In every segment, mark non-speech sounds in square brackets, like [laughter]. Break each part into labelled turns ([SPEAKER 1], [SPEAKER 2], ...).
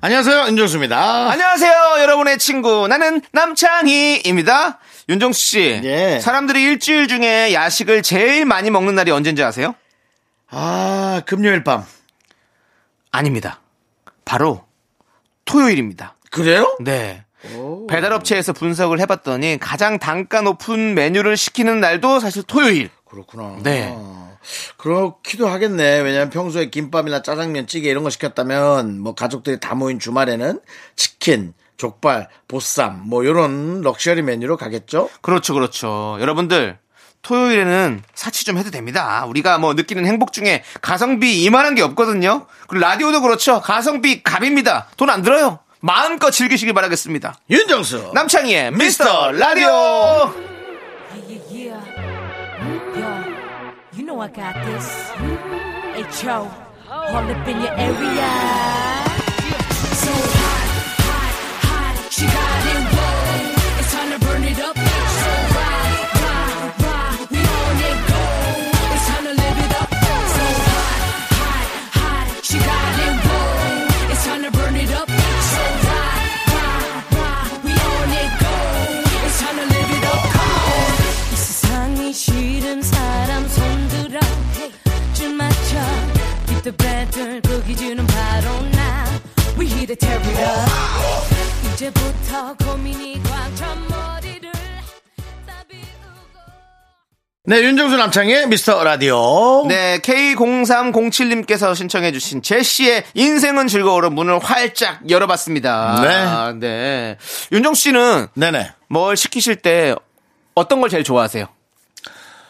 [SPEAKER 1] 안녕하세요, 윤정수입니다.
[SPEAKER 2] 안녕하세요, 여러분의 친구. 나는 남창희입니다. 윤정수 씨.
[SPEAKER 1] 예.
[SPEAKER 2] 사람들이 일주일 중에 야식을 제일 많이 먹는 날이 언제인지 아세요?
[SPEAKER 1] 아, 금요일 밤.
[SPEAKER 2] 아닙니다. 바로 토요일입니다.
[SPEAKER 1] 그래요? 어?
[SPEAKER 2] 네. 배달업체에서 분석을 해봤더니 가장 단가 높은 메뉴를 시키는 날도 사실 토요일.
[SPEAKER 1] 그렇구나.
[SPEAKER 2] 네.
[SPEAKER 1] 어, 그렇기도 하겠네. 왜냐면 평소에 김밥이나 짜장면, 찌개 이런 거 시켰다면 뭐 가족들이 다 모인 주말에는 치킨, 족발, 보쌈 뭐 이런 럭셔리 메뉴로 가겠죠?
[SPEAKER 2] 그렇죠, 그렇죠. 여러분들, 토요일에는 사치 좀 해도 됩니다. 우리가 뭐 느끼는 행복 중에 가성비 이만한 게 없거든요. 그리고 라디오도 그렇죠. 가성비 갑입니다. 돈 안 들어요. 마음껏 즐기시길 바라겠습니다.
[SPEAKER 1] 윤정수.
[SPEAKER 2] 남창희의 미스터 라디오!
[SPEAKER 3] Yeah, yeah, yeah. Yo, you know I got this. H.O. All up in your area. So hot, hot, hot. She got it. Whoa. It's time to burn it up. So rock, rock, rock. We on it. Go. It's time to live it up. So hot, hot, hot. She got it. Whoa. It's time to burn it up. So rock, rock, rock. We on it. Go. It's time to live it up. Come on. 이 세상이 싫은 사람 손들어 줄 맞춰 Keep the battle 그 기준은 바로 나 We hit it tear it up 이제부터 고민이 꽉 찬 머리를 다 비우고
[SPEAKER 1] 네, 윤정수 남창의 미스터 라디오.
[SPEAKER 2] 네, K0307님께서 신청해주신 제시의 인생은 즐거워로 문을 활짝 열어봤습니다. 네. 네. 윤정 씨는
[SPEAKER 1] 네네.
[SPEAKER 2] 뭘 시키실 때 어떤 걸 제일 좋아하세요?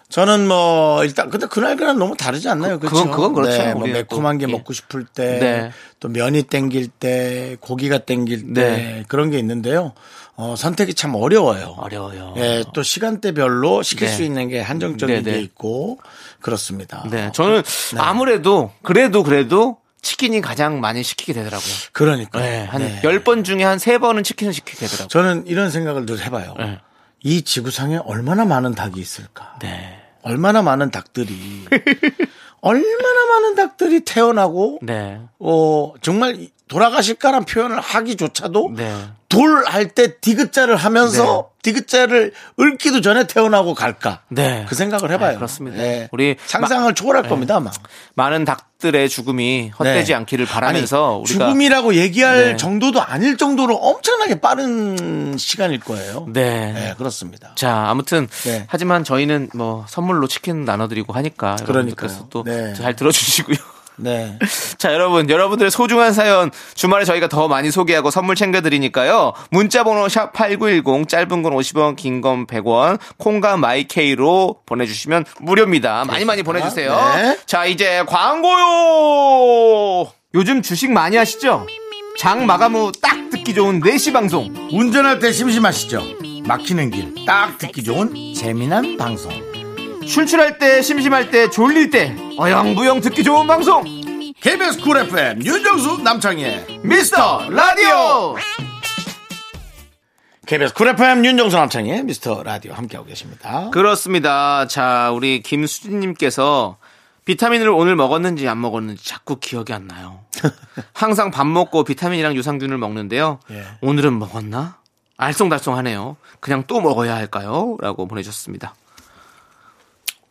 [SPEAKER 1] 저는 뭐 일단 근데 그날 그날 너무 다르지 않나요? 그렇죠?
[SPEAKER 2] 그건- 그건 그렇죠.
[SPEAKER 1] 네, 뭐
[SPEAKER 2] 우리가
[SPEAKER 1] 매콤한
[SPEAKER 2] 또,
[SPEAKER 1] 게
[SPEAKER 2] 예.
[SPEAKER 1] 먹고 싶을 때,
[SPEAKER 2] 네.
[SPEAKER 1] 또 면이 땡길 때, 고기가 땡길 때
[SPEAKER 2] 네.
[SPEAKER 1] 그런 게 있는데요. 어, 선택이 참 어려워요.
[SPEAKER 2] 어려워요.
[SPEAKER 1] 예, 또 시간대별로 시킬
[SPEAKER 2] 네.
[SPEAKER 1] 수 있는 게 한정적인
[SPEAKER 2] 네, 네.
[SPEAKER 1] 게 있고 그렇습니다.
[SPEAKER 2] 네, 저는 아무래도 그래도 그래도 치킨이 가장 많이 시키게 되더라고요.
[SPEAKER 1] 그러니까
[SPEAKER 2] 네, 한 열 번 중에 한 세번은 치킨을 시키게 되더라고요.
[SPEAKER 1] 저는 이런 생각을 늘 해봐요.
[SPEAKER 2] 네.
[SPEAKER 1] 이 지구상에 얼마나 많은 닭이 있을까?
[SPEAKER 2] 네.
[SPEAKER 1] 얼마나 많은 닭들이 얼마나 많은 닭들이 태어나고
[SPEAKER 2] 네.
[SPEAKER 1] 어, 정말 돌아가실까란 표현을 하기조차도
[SPEAKER 2] 네.
[SPEAKER 1] 돌 할 때 디귿자를 하면서 디귿자를 읊기도 전에 태어나고 갈까?
[SPEAKER 2] 네.
[SPEAKER 1] 그 생각을 해봐요.
[SPEAKER 2] 네, 그렇습니다.
[SPEAKER 1] 네.
[SPEAKER 2] 우리 네.
[SPEAKER 1] 상상을 초월할 겁니다, 아마.
[SPEAKER 2] 많은 닭들의
[SPEAKER 1] 네.
[SPEAKER 2] 죽음이 헛되지 않기를 바라면서
[SPEAKER 1] 아니,
[SPEAKER 2] 우리가
[SPEAKER 1] 죽음이라고 얘기할
[SPEAKER 2] 네.
[SPEAKER 1] 정도도 아닐 정도로 엄청나게 빠른 시간일 거예요.
[SPEAKER 2] 네.
[SPEAKER 1] 네, 그렇습니다.
[SPEAKER 2] 자, 아무튼
[SPEAKER 1] 네.
[SPEAKER 2] 하지만 저희는 뭐 선물로 치킨 나눠드리고 하니까
[SPEAKER 1] 그러니까요.
[SPEAKER 2] 여러분들께서 또 잘
[SPEAKER 1] 네.
[SPEAKER 2] 들어주시고요.
[SPEAKER 1] 네.
[SPEAKER 2] [laughs] 자, 여러분, 여러분들의 소중한 사연 주말에 저희가 더 많이 소개하고 선물 챙겨드리니까요. 문자번호 샵 #8910 짧은 건 50원, 긴 건 100원, 콩과 마이케이로 보내주시면 무료입니다. 많이 많이 보내주세요.
[SPEAKER 1] 네.
[SPEAKER 2] 자, 이제 광고요. 요즘 주식 많이 하시죠? 장 마감 후 딱 듣기 좋은 4시 방송.
[SPEAKER 1] 운전할 때 심심하시죠? 막히는 길 딱 듣기 좋은 재미난 방송.
[SPEAKER 2] 출출할 때, 심심할 때, 졸릴 때, 어영부영 듣기 좋은 방송,
[SPEAKER 1] KBS 쿨 FM 윤정수 남창희의
[SPEAKER 2] 미스터 라디오!
[SPEAKER 1] KBS 쿨 FM 윤정수 남창희의 미스터 라디오 함께하고 계십니다.
[SPEAKER 2] 그렇습니다. 자, 우리 김수진님께서 비타민을 오늘 먹었는지 안 먹었는지 자꾸 기억이 안
[SPEAKER 1] [laughs]
[SPEAKER 2] 나요. 항상 밥 먹고 비타민이랑 유산균을 먹는데요.
[SPEAKER 1] 예.
[SPEAKER 2] 오늘은 먹었나? 알쏭달쏭하네요. 그냥 또 먹어야 할까요? 라고 보내주셨습니다.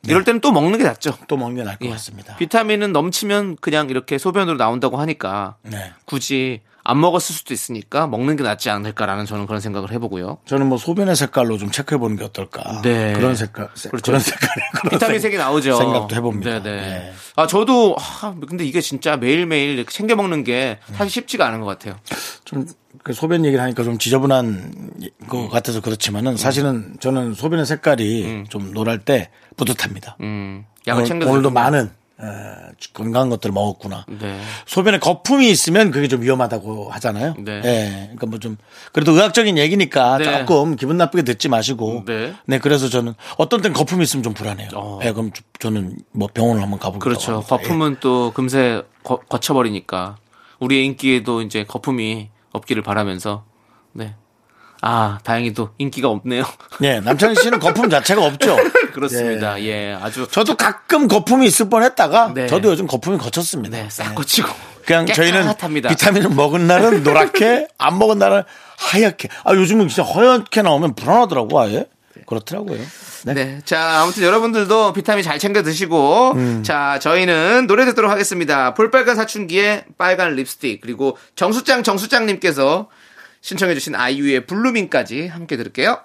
[SPEAKER 1] 네.
[SPEAKER 2] 이럴 때는 또 먹는 게 낫죠.
[SPEAKER 1] 또 먹는 게 나을 것
[SPEAKER 2] 예.
[SPEAKER 1] 같습니다.
[SPEAKER 2] 비타민은 넘치면 그냥 이렇게 소변으로 나온다고 하니까
[SPEAKER 1] 네.
[SPEAKER 2] 굳이 안 먹었을 수도 있으니까 먹는 게 낫지 않을까라는 저는 그런 생각을
[SPEAKER 1] [laughs]
[SPEAKER 2] 해보고요.
[SPEAKER 1] 저는 뭐 소변의 색깔로 좀 체크해 보는 게 어떨까.
[SPEAKER 2] 네.
[SPEAKER 1] 그런 색깔, 세-
[SPEAKER 2] 그렇죠.
[SPEAKER 1] 그런 색깔에 그런
[SPEAKER 2] 비타민
[SPEAKER 1] 생-
[SPEAKER 2] 색이 나오죠.
[SPEAKER 1] 생각도 해봅니다.
[SPEAKER 2] 네네.
[SPEAKER 1] 네.
[SPEAKER 2] 아 저도 아, 근데 이게 진짜 매일 매일 이렇게 챙겨 먹는 게 사실 쉽지가 않은 것 같아요.
[SPEAKER 1] 좀그 소변 얘기를 하니까 좀 지저분한
[SPEAKER 2] 음.
[SPEAKER 1] 것 같아서 그렇지만은 사실은 저는 소변의 색깔이 좀 노랄 때 뿌듯합니다.
[SPEAKER 2] 음, 약을
[SPEAKER 1] 오늘-
[SPEAKER 2] 챙겨
[SPEAKER 1] 오늘도 많은 어, 건강한 것들을 먹었구나.
[SPEAKER 2] 네.
[SPEAKER 1] 소변에 거품이 있으면 그게 좀 위험하다고 하잖아요.
[SPEAKER 2] 네.
[SPEAKER 1] 예, 그러니까 뭐 좀 그래도 의학적인 얘기니까
[SPEAKER 2] 네.
[SPEAKER 1] 조금 기분 나쁘게 듣지 마시고.
[SPEAKER 2] 네.
[SPEAKER 1] 그래서 저는 어떤 땐 거품이 있으면 좀 불안해요.
[SPEAKER 2] 어.
[SPEAKER 1] 예, 그럼 저- 저는 뭐 병원을 한번 가보고.
[SPEAKER 2] 그렇죠. 거품은
[SPEAKER 1] 예.
[SPEAKER 2] 또 금세 거, 거쳐버리니까 우리의 인기에도 이제 거품이 없기를 바라면서 네. 아 다행히도 인기가 없네요. [laughs]
[SPEAKER 1] 예, 남창희 씨는 거품 자체가 없죠.
[SPEAKER 2] 그렇습니다. 예, 아주
[SPEAKER 1] 저도 가끔 거품이 있을 뻔했다가
[SPEAKER 2] 네.
[SPEAKER 1] 저도 요즘 거품이 거쳤습니다. 예.
[SPEAKER 2] 네, 싹 거치고
[SPEAKER 1] 그냥 저희는
[SPEAKER 2] 깨끗합니다.
[SPEAKER 1] 비타민을 먹은 날은 노랗게 안 먹은 날은 하얗게. 아 요즘은 진짜 허옇게 나오면 불안하더라고 아예. 그렇더라고요. 네.
[SPEAKER 2] 네. 자, 아무튼 여러분들도 비타민 잘 챙겨 드시고, 자, 저희는 노래 듣도록 하겠습니다. 볼빨간 사춘기에 빨간 립스틱, 그리고 정수장 정수장님께서 신청해주신 아이유의 블루밍까지 함께 들을게요.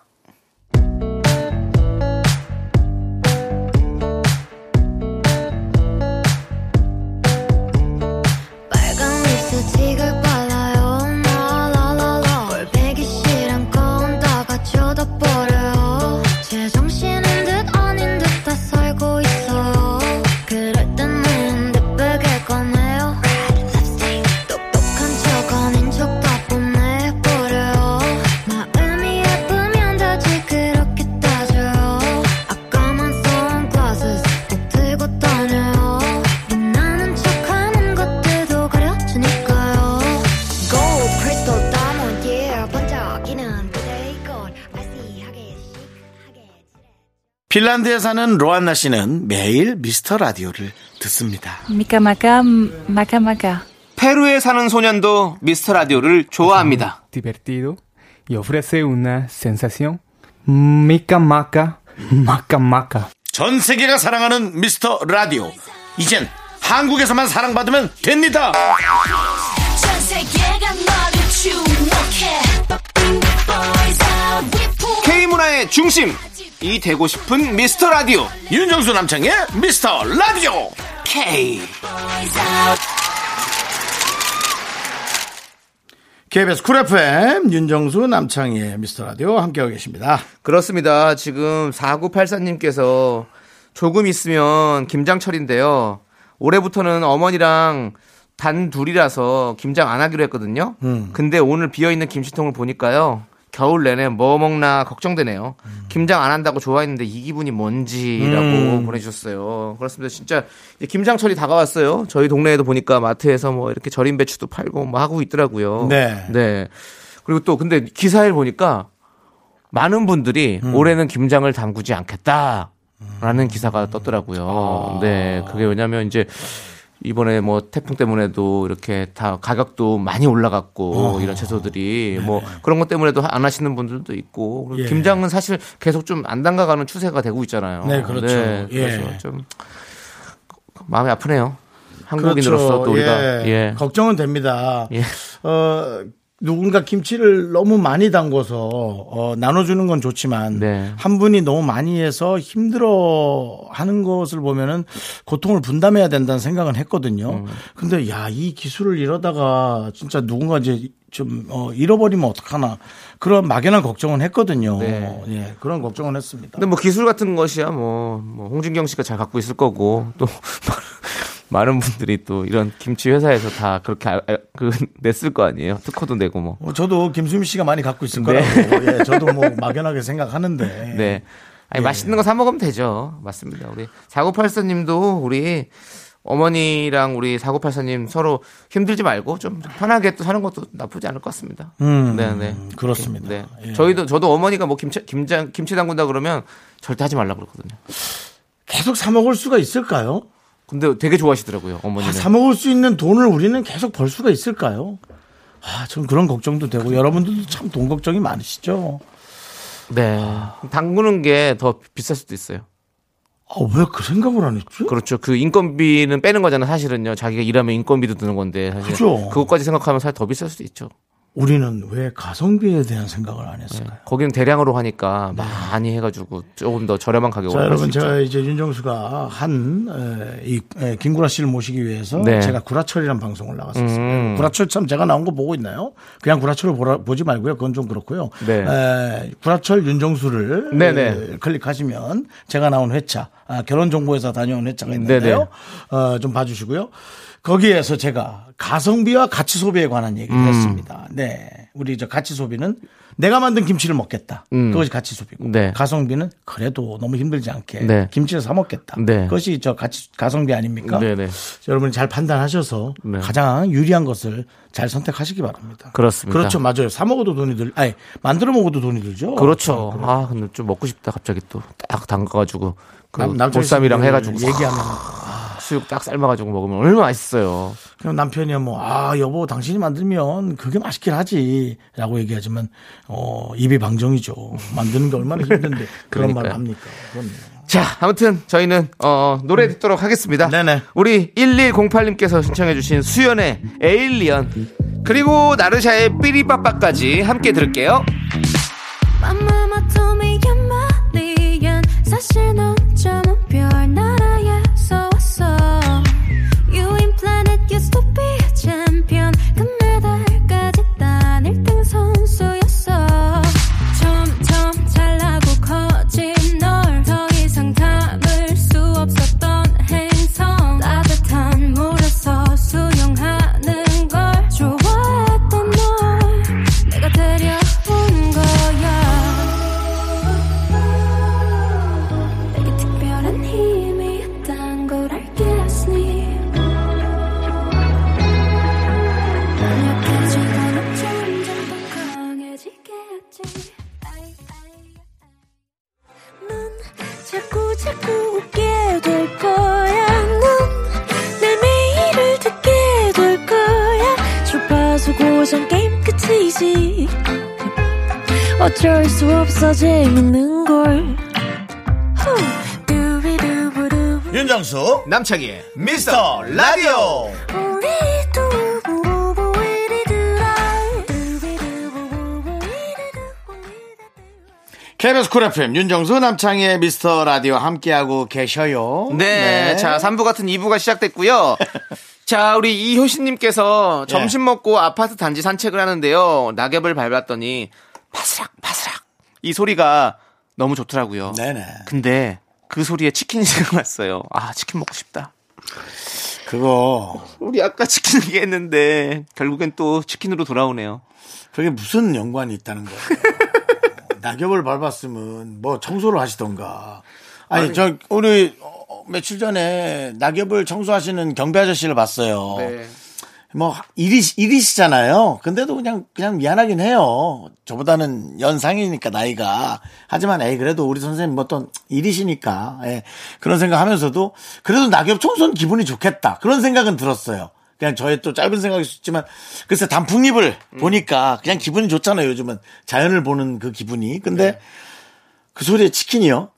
[SPEAKER 4] 빨간 립스틱을 발라요 라라라라 뭘 베기 싫은 건 다가 쳐다버려요 제정신인 듯 아닌 듯 다 살고 있어요 그럴 때는 내백을 꺼내요 똑똑한 척 아닌 척다 보내버려요 마음이 예쁘면 다지 그렇게 따져요 아까만 선글라스 꼭 들고 다녀요 빛나는 척하는 것들도 가려주니까요 Gold, crystal, diamond, yeah 번쩍이는 그대의 걸 아시하게 시크하게
[SPEAKER 1] 핀란드에 사는 로안나 씨는 매일 미스터 라디오를 듣습니다.
[SPEAKER 3] Mika maka, maka maka.
[SPEAKER 2] 페루에 사는 소년도 미스터 라디오를 좋아합니다.
[SPEAKER 5] divertido y ofrece una sensación mica maca, maca maca.
[SPEAKER 1] 전 세계가 사랑하는 미스터 라디오. 이젠 한국에서만 사랑받으면 됩니다.
[SPEAKER 6] 전 세계가 너를 주목해 Boys are with you
[SPEAKER 2] K 문화의 중심! 이 되고 싶은 미스터 라디오!
[SPEAKER 1] 윤정수 남창의 미스터 라디오.
[SPEAKER 2] K!
[SPEAKER 1] KBS 쿨 FM 윤정수 남창희의 미스터 라디오 함께하고 계십니다.
[SPEAKER 2] 그렇습니다. 지금 4984님께서 조금 있으면 김장철인데요. 올해부터는 어머니랑 단 둘이라서 김장 안 하기로 했거든요. 근데 오늘 비어있는 김치통을 보니까요. 겨울 내내 뭐 먹나 걱정되네요. 김장 안 한다고 좋아했는데 이 기분이 뭔지라고 보내주셨어요. 그렇습니다. 진짜 이제 김장철이 다가왔어요. 저희 동네에도 보니까 마트에서 뭐 이렇게 절임 배추도 팔고 뭐 하고 있더라고요.
[SPEAKER 1] 네.
[SPEAKER 2] 네. 그리고 또 근데 기사에 보니까 많은 분들이
[SPEAKER 1] 음.
[SPEAKER 2] 올해는 김장을 담그지 않겠다. 라는 기사가
[SPEAKER 1] 아.
[SPEAKER 2] 떴더라고요. 네. 그게 왜냐면 이제 이번에 뭐 태풍 때문에도 이렇게 다 가격도 많이
[SPEAKER 1] 어.
[SPEAKER 2] 올라갔고
[SPEAKER 1] 네.
[SPEAKER 2] 이런 채소들이 뭐 그런 것 때문에도 안 하시는 분들도 있고
[SPEAKER 1] 예.
[SPEAKER 2] 그리고 김장은 사실 계속 좀 안 담가가는 추세가 되고 있잖아요.
[SPEAKER 1] 네, 그렇죠.
[SPEAKER 2] 네,
[SPEAKER 1] 예.
[SPEAKER 2] 그래서 좀 마음이 아프네요. 한국인으로서 또 우리가
[SPEAKER 1] 예.
[SPEAKER 2] 예.
[SPEAKER 1] 걱정은 됩니다.
[SPEAKER 2] 예.
[SPEAKER 1] 어, 누군가 김치를 너무 많이 담궈서 어, 나눠주는 건 좋지만
[SPEAKER 2] 네.
[SPEAKER 1] 한 분이 너무 많이 해서 힘들어하는 것을 보면은 고통을 분담해야 된다는 생각은 했거든요. 근데 야 이 기술을 이러다가 진짜 누군가 이제 좀 어, 잃어버리면 어떡하나 그런 막연한 걱정은 했거든요.
[SPEAKER 2] 네.
[SPEAKER 1] 예, 그런 걱정은 했습니다.
[SPEAKER 2] 근데 뭐 기술 같은 것이야 뭐, 뭐 홍진경 씨가 잘 갖고 있을 거고 또 [laughs] 많은 분들이 또 이런 김치 회사에서 다 그렇게 알- 알- 그 냈을 거 아니에요 특허도 내고 뭐.
[SPEAKER 1] 어, 저도 김수미 씨가 많이 갖고 있을 거라고 예, 저도 뭐 막연하게 생각하는데
[SPEAKER 2] 네.
[SPEAKER 1] 예.
[SPEAKER 2] 아니 맛있는 거 사 먹으면 되죠. 맞습니다. 우리 4984님도 우리 어머니랑 우리 4984님 서로 힘들지 말고 좀 편하게 또 사는 것도 나쁘지 않을 것 같습니다. 네네.
[SPEAKER 1] 음, 그렇습니다.
[SPEAKER 2] 네.
[SPEAKER 1] 예.
[SPEAKER 2] 저희도 저도 어머니가 뭐 김치 김장 김치 담근다 그러면 절대 하지 말라 고 그러거든요.
[SPEAKER 1] 계속 사 먹을 수가 있을까요?
[SPEAKER 2] 근데 되게 좋아하시더라고요 어머니는.
[SPEAKER 1] 아, 사 먹을 수 있는 돈을 우리는 계속 벌 수가 있을까요? 아, 전 그런 걱정도 되고 여러분들도 참 돈 걱정이 많으시죠.
[SPEAKER 2] 네. 담그는 게 더 비쌀 수도 있어요.
[SPEAKER 1] 아, 왜 그 생각을 안 했지?
[SPEAKER 2] 그렇죠. 그 인건비는 빼는 거잖아요. 사실은요. 자기가 일하면 인건비도 드는 건데 사실
[SPEAKER 1] 그죠.
[SPEAKER 2] 그것까지 생각하면 사실 더 비쌀 수도 있죠.
[SPEAKER 1] 우리는 왜 가성비에 대한 생각을 안 했을까요?
[SPEAKER 2] 거기는 대량으로 하니까 많이 해가지고 조금 더 저렴한 가격으로.
[SPEAKER 1] 자,
[SPEAKER 2] 할수
[SPEAKER 1] 여러분,
[SPEAKER 2] 있죠.
[SPEAKER 1] 제가 이제 윤정수가 한, 에, 이, 에, 김구라 씨를 모시기 위해서
[SPEAKER 2] 네.
[SPEAKER 1] 제가 구라철이라는 방송을 나갔었어요.
[SPEAKER 2] 음.
[SPEAKER 1] 구라철 참 제가 나온 거 보고 있나요? 그냥 구라철을 보라, 보지 말고요. 그건 좀 그렇고요.
[SPEAKER 2] 네.
[SPEAKER 1] 에, 구라철 윤정수를
[SPEAKER 2] 네네.
[SPEAKER 1] 에, 클릭하시면 제가 나온 회차
[SPEAKER 7] 아, 결혼정보회사 다녀온 회차가 있는데요. 어, 좀 봐주시고요. 거기에서 제가 가성비와 가치 소비에 관한 얘기를
[SPEAKER 2] 음.
[SPEAKER 7] 했습니다. 네. 우리 저 가치 소비는 내가 만든 김치를 먹겠다. 그것이 가치 소비고.
[SPEAKER 2] 음. 네.
[SPEAKER 7] 가성비는 그래도 너무 힘들지 않게
[SPEAKER 2] 네.
[SPEAKER 7] 김치를 사 먹겠다.
[SPEAKER 2] 네.
[SPEAKER 7] 그것이 저 가치, 가성비 아닙니까?
[SPEAKER 2] 네네.
[SPEAKER 7] 여러분이 잘 판단하셔서
[SPEAKER 2] 네.
[SPEAKER 7] 가장 유리한 것을 잘 선택하시기 바랍니다.
[SPEAKER 2] 그렇습니다.
[SPEAKER 7] 그렇죠. 맞아요. 사 먹어도 돈이 들, 아니, 만들어 먹어도 돈이 들죠.
[SPEAKER 2] 그렇죠. 아, 근데 좀 먹고 싶다. 갑자기 또 딱 담가가지고 그
[SPEAKER 7] 남편이
[SPEAKER 2] 보쌈이랑 해가지고
[SPEAKER 7] 얘기하면
[SPEAKER 2] 싹 수육 딱 삶아가지고 먹으면 얼마나 맛있어요.
[SPEAKER 7] 그럼 남편이 뭐아 여보 당신이 만들면 그게 맛있긴 하지라고 얘기하지만 어 입이 방정이죠 만드는 게 얼마나 힘든데 그런 말을
[SPEAKER 2] [laughs] 그러니까요.
[SPEAKER 7] 합니까? 그럼요.
[SPEAKER 2] 자, 아무튼 저희는 어, 노래 듣도록 하겠습니다.
[SPEAKER 7] 네네.
[SPEAKER 2] 우리 1108님께서 신청해주신 수연의 에일리언 그리고 나르샤의 삐리빠빠까지 함께 들을게요.
[SPEAKER 3] My mama told me you're my alien. 사실 넌 저는 별 나라에서 왔어. You in planet used to be a champion. 금메달까지 딴 1등 선수였어. 점점 잘나고 커진 널더 이상 담을 수 없었던 행성. 따뜻한 물에서 수영하는 걸 좋아했던 널 내가 데려온 거야 내게 특별한 힘이 있단 걸 알겠니 난 약해지고 점점 더 강해지겠지 아이, 아이, 아이. 넌 자꾸 자꾸 웃게 될 거야. 넌내 매일을 듣게 될 거야. 주파수 고정 게임 끝이지. 어쩔 수 없어 재밌는 걸. 후. 두비두부두.
[SPEAKER 7] 윤정수
[SPEAKER 2] 남창희의
[SPEAKER 7] 미스터 라디오
[SPEAKER 3] 우리 두부부부 우리들아. 두비두부부부 우리들아.
[SPEAKER 1] KBS 쿨 FM 윤정수 남창희의 미스터 라디오 함께하고 계셔요.
[SPEAKER 2] 네, 자, 3부 같은 2부가 [laughs] 시작됐고요. 자, 우리 이효신님께서 점심 먹고 아파트 단지 산책을 하는데요. 낙엽을 밟았더니 파스락, 파스락. 이 소리가 너무 좋더라고요.
[SPEAKER 1] 네네.
[SPEAKER 2] 근데 그 소리에 치킨이 [laughs] 생각났어요. 아, 치킨 먹고 싶다.
[SPEAKER 1] 그거
[SPEAKER 2] 우리 아까 치킨 얘기했는데 결국엔 또 치킨으로 돌아오네요.
[SPEAKER 1] 그게 무슨 연관이 있다는 거예요. 낙엽을 밟았으면 뭐 청소를 하시던가. 아니, 저 우리 어, 며칠 전에 낙엽을 청소하시는 경비 아저씨를 봤어요.
[SPEAKER 2] 네.
[SPEAKER 1] 뭐 일이 일이시잖아요. 근데도 그냥 그냥 미안하긴 해요. 저보다는 연상이니까 나이가. 하지만 에이 그래도 우리 선생님 뭐 어떤 일이시니까 예, 그런 생각하면서도 그래도 낙엽 청소는 기분이 좋겠다 그런 생각은 들었어요. 그냥 저의 또 짧은 생각일 수 있지만 글쎄 단풍잎을 보니까 그냥 기분이 좋잖아요. 요즘은 자연을 보는 그 기분이. 근데 그 소리에 치킨이요.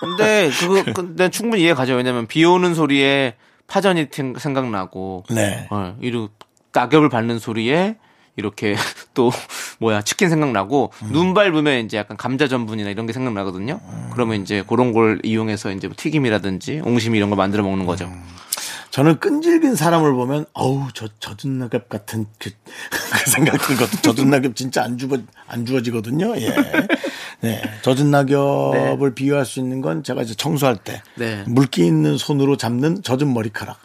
[SPEAKER 2] 근데 그거 근데 충분히 이해 가죠. 왜냐면 비 오는 소리에 파전이 생- 생각나고
[SPEAKER 1] 네.
[SPEAKER 2] 어, 이런 낙엽을 밟는 소리에 이렇게 [laughs] 또 뭐야 치킨 생각나고
[SPEAKER 1] 음.
[SPEAKER 2] 눈 밟으면 이제 약간 감자 전분이나 이런 게 생각나거든요. 그러면 이제 그런 걸 이용해서 이제 뭐 튀김이라든지 옹심이 이런 걸 만들어 먹는 거죠.
[SPEAKER 1] 음. 저는 끈질긴 사람을 보면 어우 저 젖은 낙엽 같은 그, [laughs] 그 생각 들거든. 젖은 낙엽 진짜 안 주워 안 주워지거든요. 예. 네. 젖은 낙엽을 비유할 수 있는 건 제가 이제 청소할 때
[SPEAKER 2] 네.
[SPEAKER 1] 물기 있는 손으로 잡는 젖은 머리카락.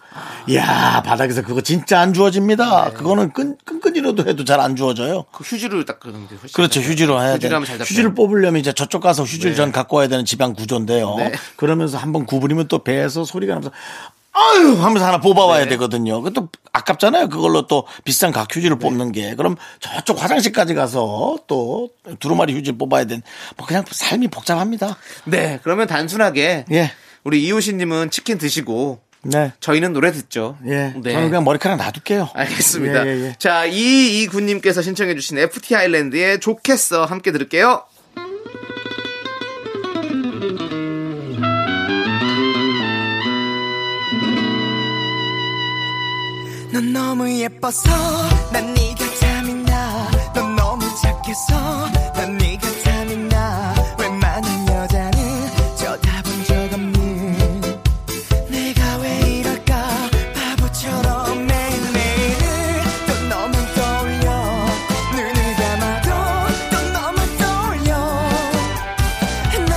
[SPEAKER 1] 이야 바닥에서 그거 진짜 안 주워집니다. 그거는 끈 끈끈이라도 해도 잘 안 주워져요.
[SPEAKER 2] 그 휴지로 딱 그런데 훨씬
[SPEAKER 1] 그렇죠.
[SPEAKER 2] 낫죠. 네.
[SPEAKER 1] 휴지로 해야 돼.
[SPEAKER 2] 휴지로 하면 잘 잡혀요.
[SPEAKER 1] 휴지를 뽑으려면 이제 저쪽 가서 휴지를 전 갖고 와야 되는 집안 구조인데요.
[SPEAKER 2] 네.
[SPEAKER 1] 그러면서 한번 구부리면 또 배에서 소리가 나면서 아유 하면서 하나 뽑아와야
[SPEAKER 2] 네.
[SPEAKER 1] 되거든요. 그것도 아깝잖아요. 그걸로 또 비싼 각 휴지를
[SPEAKER 2] 네.
[SPEAKER 1] 뽑는 게. 그럼 저쪽 화장실까지 가서 또 두루마리 휴지를 뽑아야 되는. 뭐 그냥 삶이 복잡합니다.
[SPEAKER 2] 네, 그러면 단순하게
[SPEAKER 1] 예.
[SPEAKER 2] 우리 이호신님은 치킨 드시고
[SPEAKER 1] 네.
[SPEAKER 2] 저희는 노래 듣죠.
[SPEAKER 1] 예.
[SPEAKER 2] 네. 아.
[SPEAKER 1] 저는 그냥 머리카락 놔둘게요.
[SPEAKER 2] 알겠습니다.
[SPEAKER 1] 예, 예, 예.
[SPEAKER 2] 자, 이이군님께서 신청해주신 FT 아일랜드의 좋겠어 함께 들을게요.
[SPEAKER 8] 넌 너무 예뻐서 난 네가 탐인다 넌 너무 착해서 난 네가 탐인다 웬만한 여자는 쳐다본 적 없는 내가 왜 이럴까 바보처럼 매일매일을 또 너만 떠올려 눈을 감아도 또 너만 떠올려 널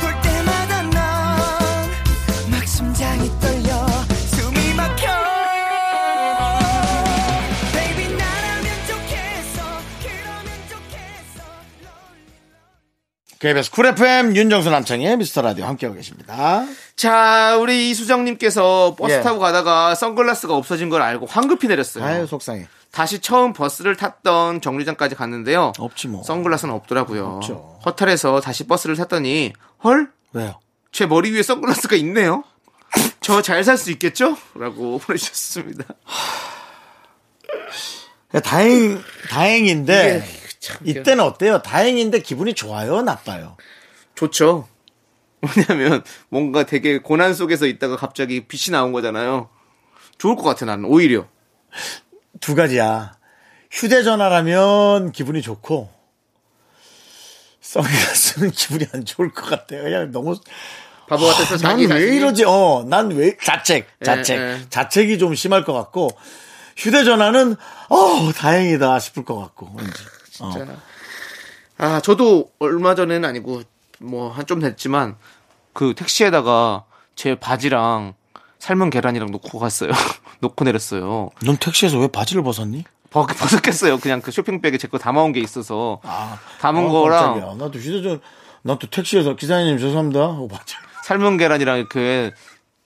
[SPEAKER 8] 볼 때마다 나
[SPEAKER 1] KBS 쿨 FM 윤정수 남창희의 미스터 라디오 함께하고 계십니다.
[SPEAKER 2] 자, 우리 이수정님께서 버스
[SPEAKER 1] 예.
[SPEAKER 2] 타고 가다가 선글라스가 없어진 걸 알고 황급히 내렸어요.
[SPEAKER 1] 아유 속상해.
[SPEAKER 2] 다시 처음 버스를 탔던 정류장까지 갔는데요.
[SPEAKER 1] 없지 뭐.
[SPEAKER 2] 선글라스는 없더라고요.
[SPEAKER 1] 없죠.
[SPEAKER 2] 허탈해서 다시 버스를 탔더니 헐?
[SPEAKER 1] 왜요?
[SPEAKER 2] 제 머리 위에 선글라스가 있네요. 저 잘 살 수 있겠죠? 라고 [laughs] 보내주셨습니다.
[SPEAKER 1] 그러니까 다행 다행인데 이때는 어때요? 다행인데 기분이 좋아요, 나빠요.
[SPEAKER 2] 좋죠. 왜냐면 뭔가 되게 고난 속에서 있다가 갑자기 빛이 나온 거잖아요. 좋을 것 같아 나는 오히려.
[SPEAKER 1] 두 가지야. 휴대전화라면 기분이 좋고 선글라스는 [laughs] 기분이 안 좋을 것 같아요. 그냥 너무
[SPEAKER 2] 바보 같아서
[SPEAKER 1] 난
[SPEAKER 2] 자기
[SPEAKER 1] 왜
[SPEAKER 2] 자신이
[SPEAKER 1] 이러지? 어, 난 왜 자책, 자책,
[SPEAKER 2] 예.
[SPEAKER 1] 자책이 좀 심할 것 같고 휴대전화는 어 다행이다 싶을 것 같고 왠지. 어.
[SPEAKER 2] 진짜. 아, 저도 얼마 전에는 아니고 뭐 한 좀 됐지만 그 택시에다가 제 바지랑 삶은 계란이랑 놓고 갔어요. [laughs] 놓고 내렸어요.
[SPEAKER 1] 넌 택시에서 왜 바지를 벗었니?
[SPEAKER 2] 벗, 벗었겠어요. 그냥 그 쇼핑백에 제 거 담아온 게 있어서 담은
[SPEAKER 1] 어,
[SPEAKER 2] 거랑
[SPEAKER 1] 깜짝이야. 나도 휴대전, 나도 택시에서 기사님 죄송합니다. 하고 바지.
[SPEAKER 2] 삶은 계란이랑 이렇게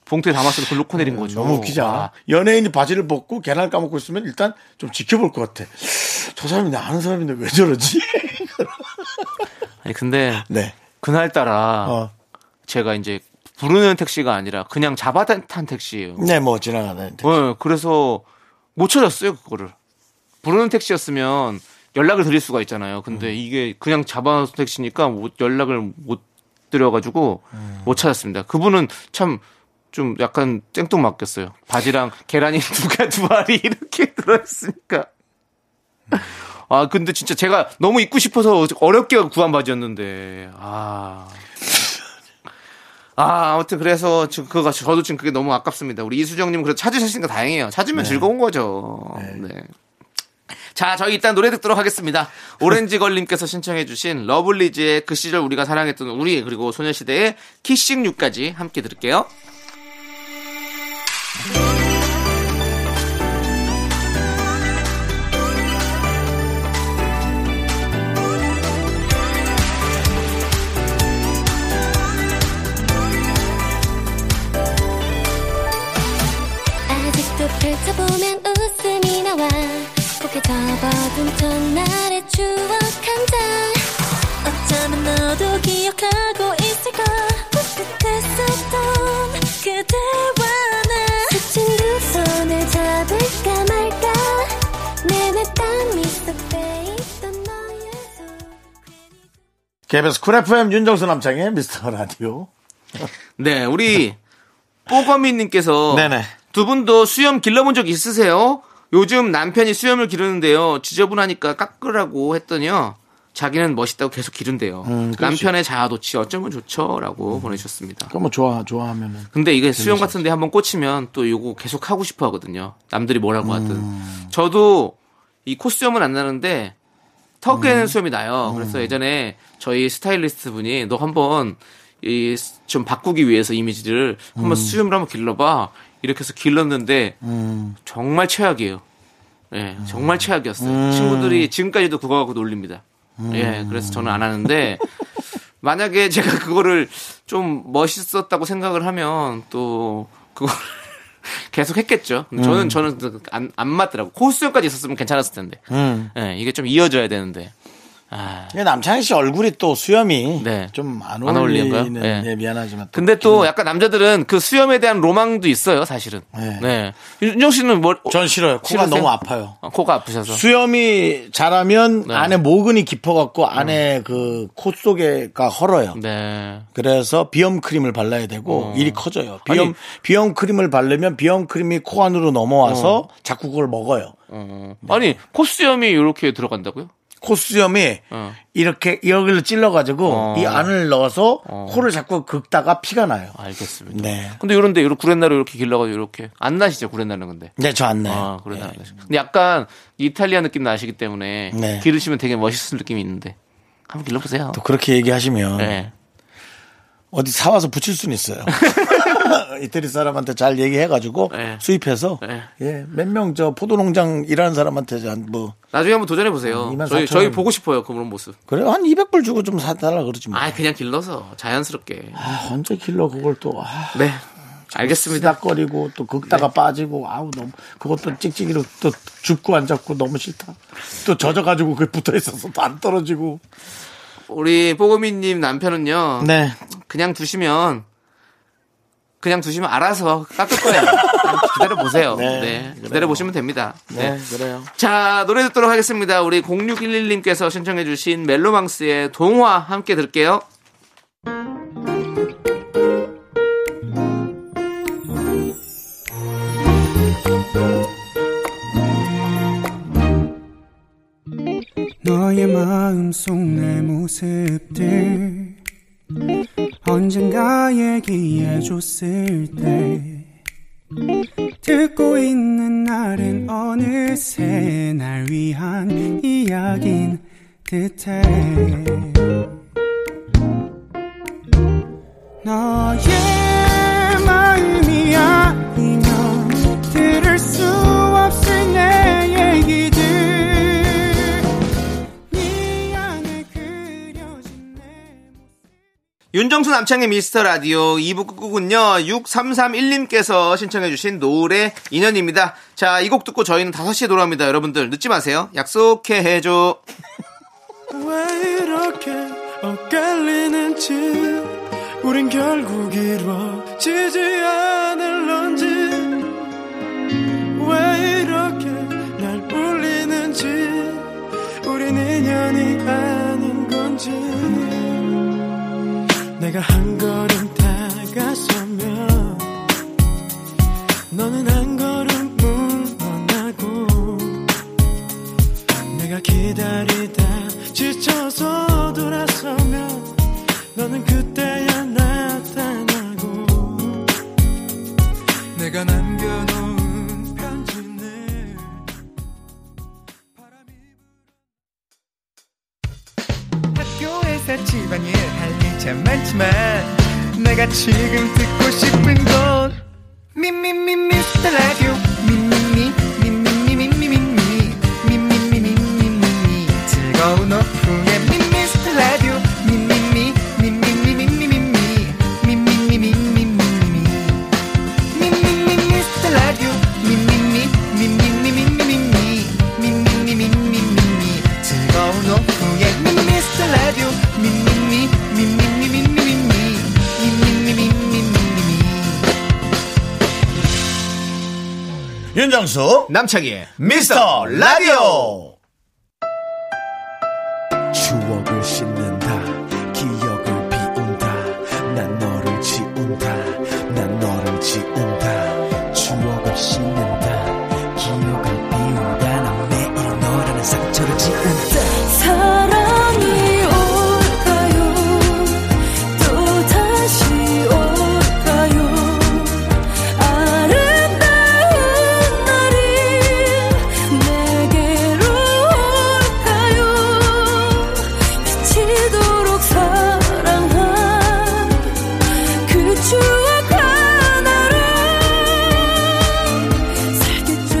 [SPEAKER 2] 봉투에 담았을 때 그걸 놓고 내린 거죠.
[SPEAKER 1] 어, 너무 웃기지
[SPEAKER 2] 아,
[SPEAKER 1] 그렇죠. 않아? 연예인이 바지를 벗고 계란을 까먹고 있으면 일단 좀 지켜볼 것 같아. 저 사람이 나 아는 사람인데 왜 저러지? [laughs]
[SPEAKER 2] 아니 근데
[SPEAKER 1] 네.
[SPEAKER 2] 그날 따라
[SPEAKER 1] 어.
[SPEAKER 2] 제가 이제 부르는 택시가 아니라 그냥 잡아탄 택시예요.
[SPEAKER 1] 네, 뭐 지나가는. 택시.
[SPEAKER 2] 네, 그래서 못 찾았어요 그거를 부르는 택시였으면 연락을 드릴 수가 있잖아요 근데 이게 그냥 잡아서 택시니까 못- 연락을 못 드려가지고 못 찾았습니다 그분은 참 좀 약간 땡뚱 맡겼어요 바지랑 계란이 [laughs] 두가 두 알이 이렇게 들어있으니까 아 근데 진짜 제가 너무 입고 싶어서 어렵게 구한 바지였는데 아 아, 아무튼 그래서 지금 그거 저도 지금 그게 너무 아깝습니다. 우리 이수정님 그래도 찾으셨으니까 다행이에요. 찾으면 즐거운 거죠. 네. 자, 저희 일단 노래 듣도록 하겠습니다. 오렌지 걸님께서 신청해주신 러블리즈의 그 시절 우리가 사랑했던 우리 그리고 소녀시대의 키싱 유까지 함께 들을게요.
[SPEAKER 6] 아직도 펼쳐보면 웃음이 나와 고개 접어둔 첫날의 추억 한 장 어쩌면 너도 기억하고 있을까 무뚝했었던 그대와 나 스친 두 손을 잡을까 말까 내내 땀이 쏙빼 있던 너의 손
[SPEAKER 1] KBS 쿨 FM 윤정수 남창의 미스터 라디오.
[SPEAKER 2] 네, 우리 뽀거미님께서
[SPEAKER 1] 네네.
[SPEAKER 2] 두 분도 수염 길러본 적 있으세요? 요즘 남편이 수염을 기르는데요. 지저분하니까 깎으라고 했더니요. 자기는 멋있다고 계속 기른대요. 남편의 자아도취 어쩌면 좋죠라고 보내주셨습니다.
[SPEAKER 1] 그럼 뭐 좋아, 좋아하면은.
[SPEAKER 2] 음. 근데 이게 수염 같은데 한번 꽂히면 또 요거 계속 하고 싶어 하거든요. 남들이 뭐라고 하든. 저도 이 콧수염은 안 나는데 턱에는 수염이 나요. 그래서 예전에 저희 스타일리스트 분이 너 한번 이 좀 바꾸기 위해서 이미지를 한번 수염을 한번 길러봐. 이렇게 해서 길렀는데 정말 최악이에요. 예, 정말 최악이었어요. 친구들이 지금까지도 그거 갖고 놀립니다. 예, 그래서 저는 안 하는데 만약에 제가 그거를 좀 멋있었다고 생각을 하면 또 그걸 [laughs] 계속 했겠죠. 근데 저는
[SPEAKER 1] 음.
[SPEAKER 2] 저는 안, 안 맞더라고. 코수염까지 있었으면 괜찮았을 텐데.
[SPEAKER 1] 음.
[SPEAKER 2] 예, 이게 좀 이어져야 되는데. 아.
[SPEAKER 1] 네. 이게 남창희 씨 얼굴이 또 수염이
[SPEAKER 2] 네.
[SPEAKER 1] 좀 안
[SPEAKER 2] 안
[SPEAKER 1] 어울리는.
[SPEAKER 2] 어울리는가요? 네.
[SPEAKER 1] 네, 미안하지만. 또
[SPEAKER 2] 근데 또 약간 남자들은 그 수염에 대한 로망도 있어요, 사실은.
[SPEAKER 1] 네.
[SPEAKER 2] 네. 윤정 씨는 뭐
[SPEAKER 1] 전 싫어요. 코가
[SPEAKER 2] 싫으세요?
[SPEAKER 1] 너무 아파요.
[SPEAKER 2] 어, 코가 아프셔서.
[SPEAKER 1] 수염이 자라면
[SPEAKER 2] 네.
[SPEAKER 1] 안에 모근이 깊어갖고 안에 그 콧 속에가 헐어요.
[SPEAKER 2] 네.
[SPEAKER 1] 그래서 비염 크림을 발라야 되고 일이 커져요. 비염
[SPEAKER 2] 어. 아니-
[SPEAKER 1] 비염 크림을 바르면 비염 크림이 코 안으로 넘어와서 자꾸 그걸 먹어요.
[SPEAKER 2] 어.
[SPEAKER 1] 네.
[SPEAKER 2] 아니, 코수염이 이렇게 들어간다고요?
[SPEAKER 1] 코 수염이
[SPEAKER 2] 어.
[SPEAKER 1] 이렇게 여기를 찔러가지고
[SPEAKER 2] 어.
[SPEAKER 1] 이 안을 넣어서 코를 자꾸 긁다가 피가 나요.
[SPEAKER 2] 아. 알겠습니다.
[SPEAKER 1] 네,
[SPEAKER 2] 근데 이런데 이렇게 구렛나루 이렇게 길러가지고 이렇게 안 나시죠, 구렛나루는 근데.
[SPEAKER 1] 네 저 안 나요.
[SPEAKER 2] 아, 그러다.
[SPEAKER 1] 네.
[SPEAKER 2] 근데 약간 이탈리아 느낌 나시기 때문에
[SPEAKER 1] 네.
[SPEAKER 2] 기르시면 되게 멋있을 느낌이 있는데. 한번 길러보세요.
[SPEAKER 1] 또 그렇게 얘기하시면
[SPEAKER 2] 네.
[SPEAKER 1] 어디 사와서 붙일 수는
[SPEAKER 2] [laughs]
[SPEAKER 1] 있어요. [laughs] 이태리 사람한테 잘 얘기해가지고
[SPEAKER 2] 네.
[SPEAKER 1] 수입해서
[SPEAKER 2] 네.
[SPEAKER 1] 예, 몇 명 저 포도농장 일하는 사람한테 한뭐
[SPEAKER 2] 나중에 한번 도전해 보세요.
[SPEAKER 1] 아, 이만
[SPEAKER 2] 저희
[SPEAKER 1] 사천
[SPEAKER 2] 저희
[SPEAKER 1] 원.
[SPEAKER 2] 보고 싶어요. 그런 모습.
[SPEAKER 1] 그래 한 200불 주고 좀 사달라 그러지 뭐.
[SPEAKER 2] 아, 그냥 길러서 자연스럽게.
[SPEAKER 1] 아, 언제 길러 그걸 또 아,
[SPEAKER 2] 네. 알겠습니다.
[SPEAKER 1] 시닥거리고 또 긁다가
[SPEAKER 9] 네.
[SPEAKER 1] 빠지고 아우 너무 그것도 찍찍이로 또 줍고 안 잡고 너무 싫다. 또 젖어가지고 그게 붙어 있어서 또 안 떨어지고.
[SPEAKER 2] 우리 뽀금이님 남편은요.
[SPEAKER 1] 네.
[SPEAKER 2] 그냥 두시면 그냥 두시면 알아서 깎을 거예요. [laughs] 기다려 보세요. 네. 기다려 보시면 됩니다. 네.
[SPEAKER 1] 그래요.
[SPEAKER 2] 자, 노래 듣도록 하겠습니다. 우리 0611님께서 신청해 주신 멜로망스의 동화 함께 들을게요.
[SPEAKER 10] 너의 마음속 내 모습들 언젠가 얘기해줬을 때 듣고 있는 날은 어느새 날 위한 이야긴 듯해 너의 마음이 아니면 들을 수 없을 내 얘기들 네 안에 그려진 내
[SPEAKER 2] 윤정수 남창의 미스터 라디오 2부 끝곡은요 6331님께서 신청해 주신 노래 인연입니다 자 이 곡 듣고 저희는 5시에 돌아옵니다 여러분들 늦지 마세요 약속해 해줘
[SPEAKER 10] 왜 이렇게 엇갈리는지 우린 결국 이루어지지 않을런지 왜 이렇게 날 울리는지 우린 인연이 아닌 건지 내가 한 걸음 다가서면 너는 한 걸음 물러나고 내가 기다리다 지쳐서 돌아서면 너는 그때야 나타나고 내가 남겨놓은 편지는 학교에서 집안일 할 일 참 많지만 내가 지금 듣고 싶은 건 미미미 미스터 라디오 미미미 미미미 미미미 미미미 미미미 즐거운 오후에 미스터 라디오 미미미 미미미 미미미 미미미 미미미 미미미
[SPEAKER 1] 윤정수
[SPEAKER 2] 남창희의
[SPEAKER 1] 미스터 라디오 추억을 씻는다 기억을 비운다 난 너를 지운다 난 너를 지운다 추억을 씻는다 기억을 비운다 난 매일 너라는 상처를 지운다
[SPEAKER 3] 사랑이 올까요 또 다시 올까요 아름다운 날이 내게로 올까요 비치도록 사랑한 그 추억 하나를 살겠죠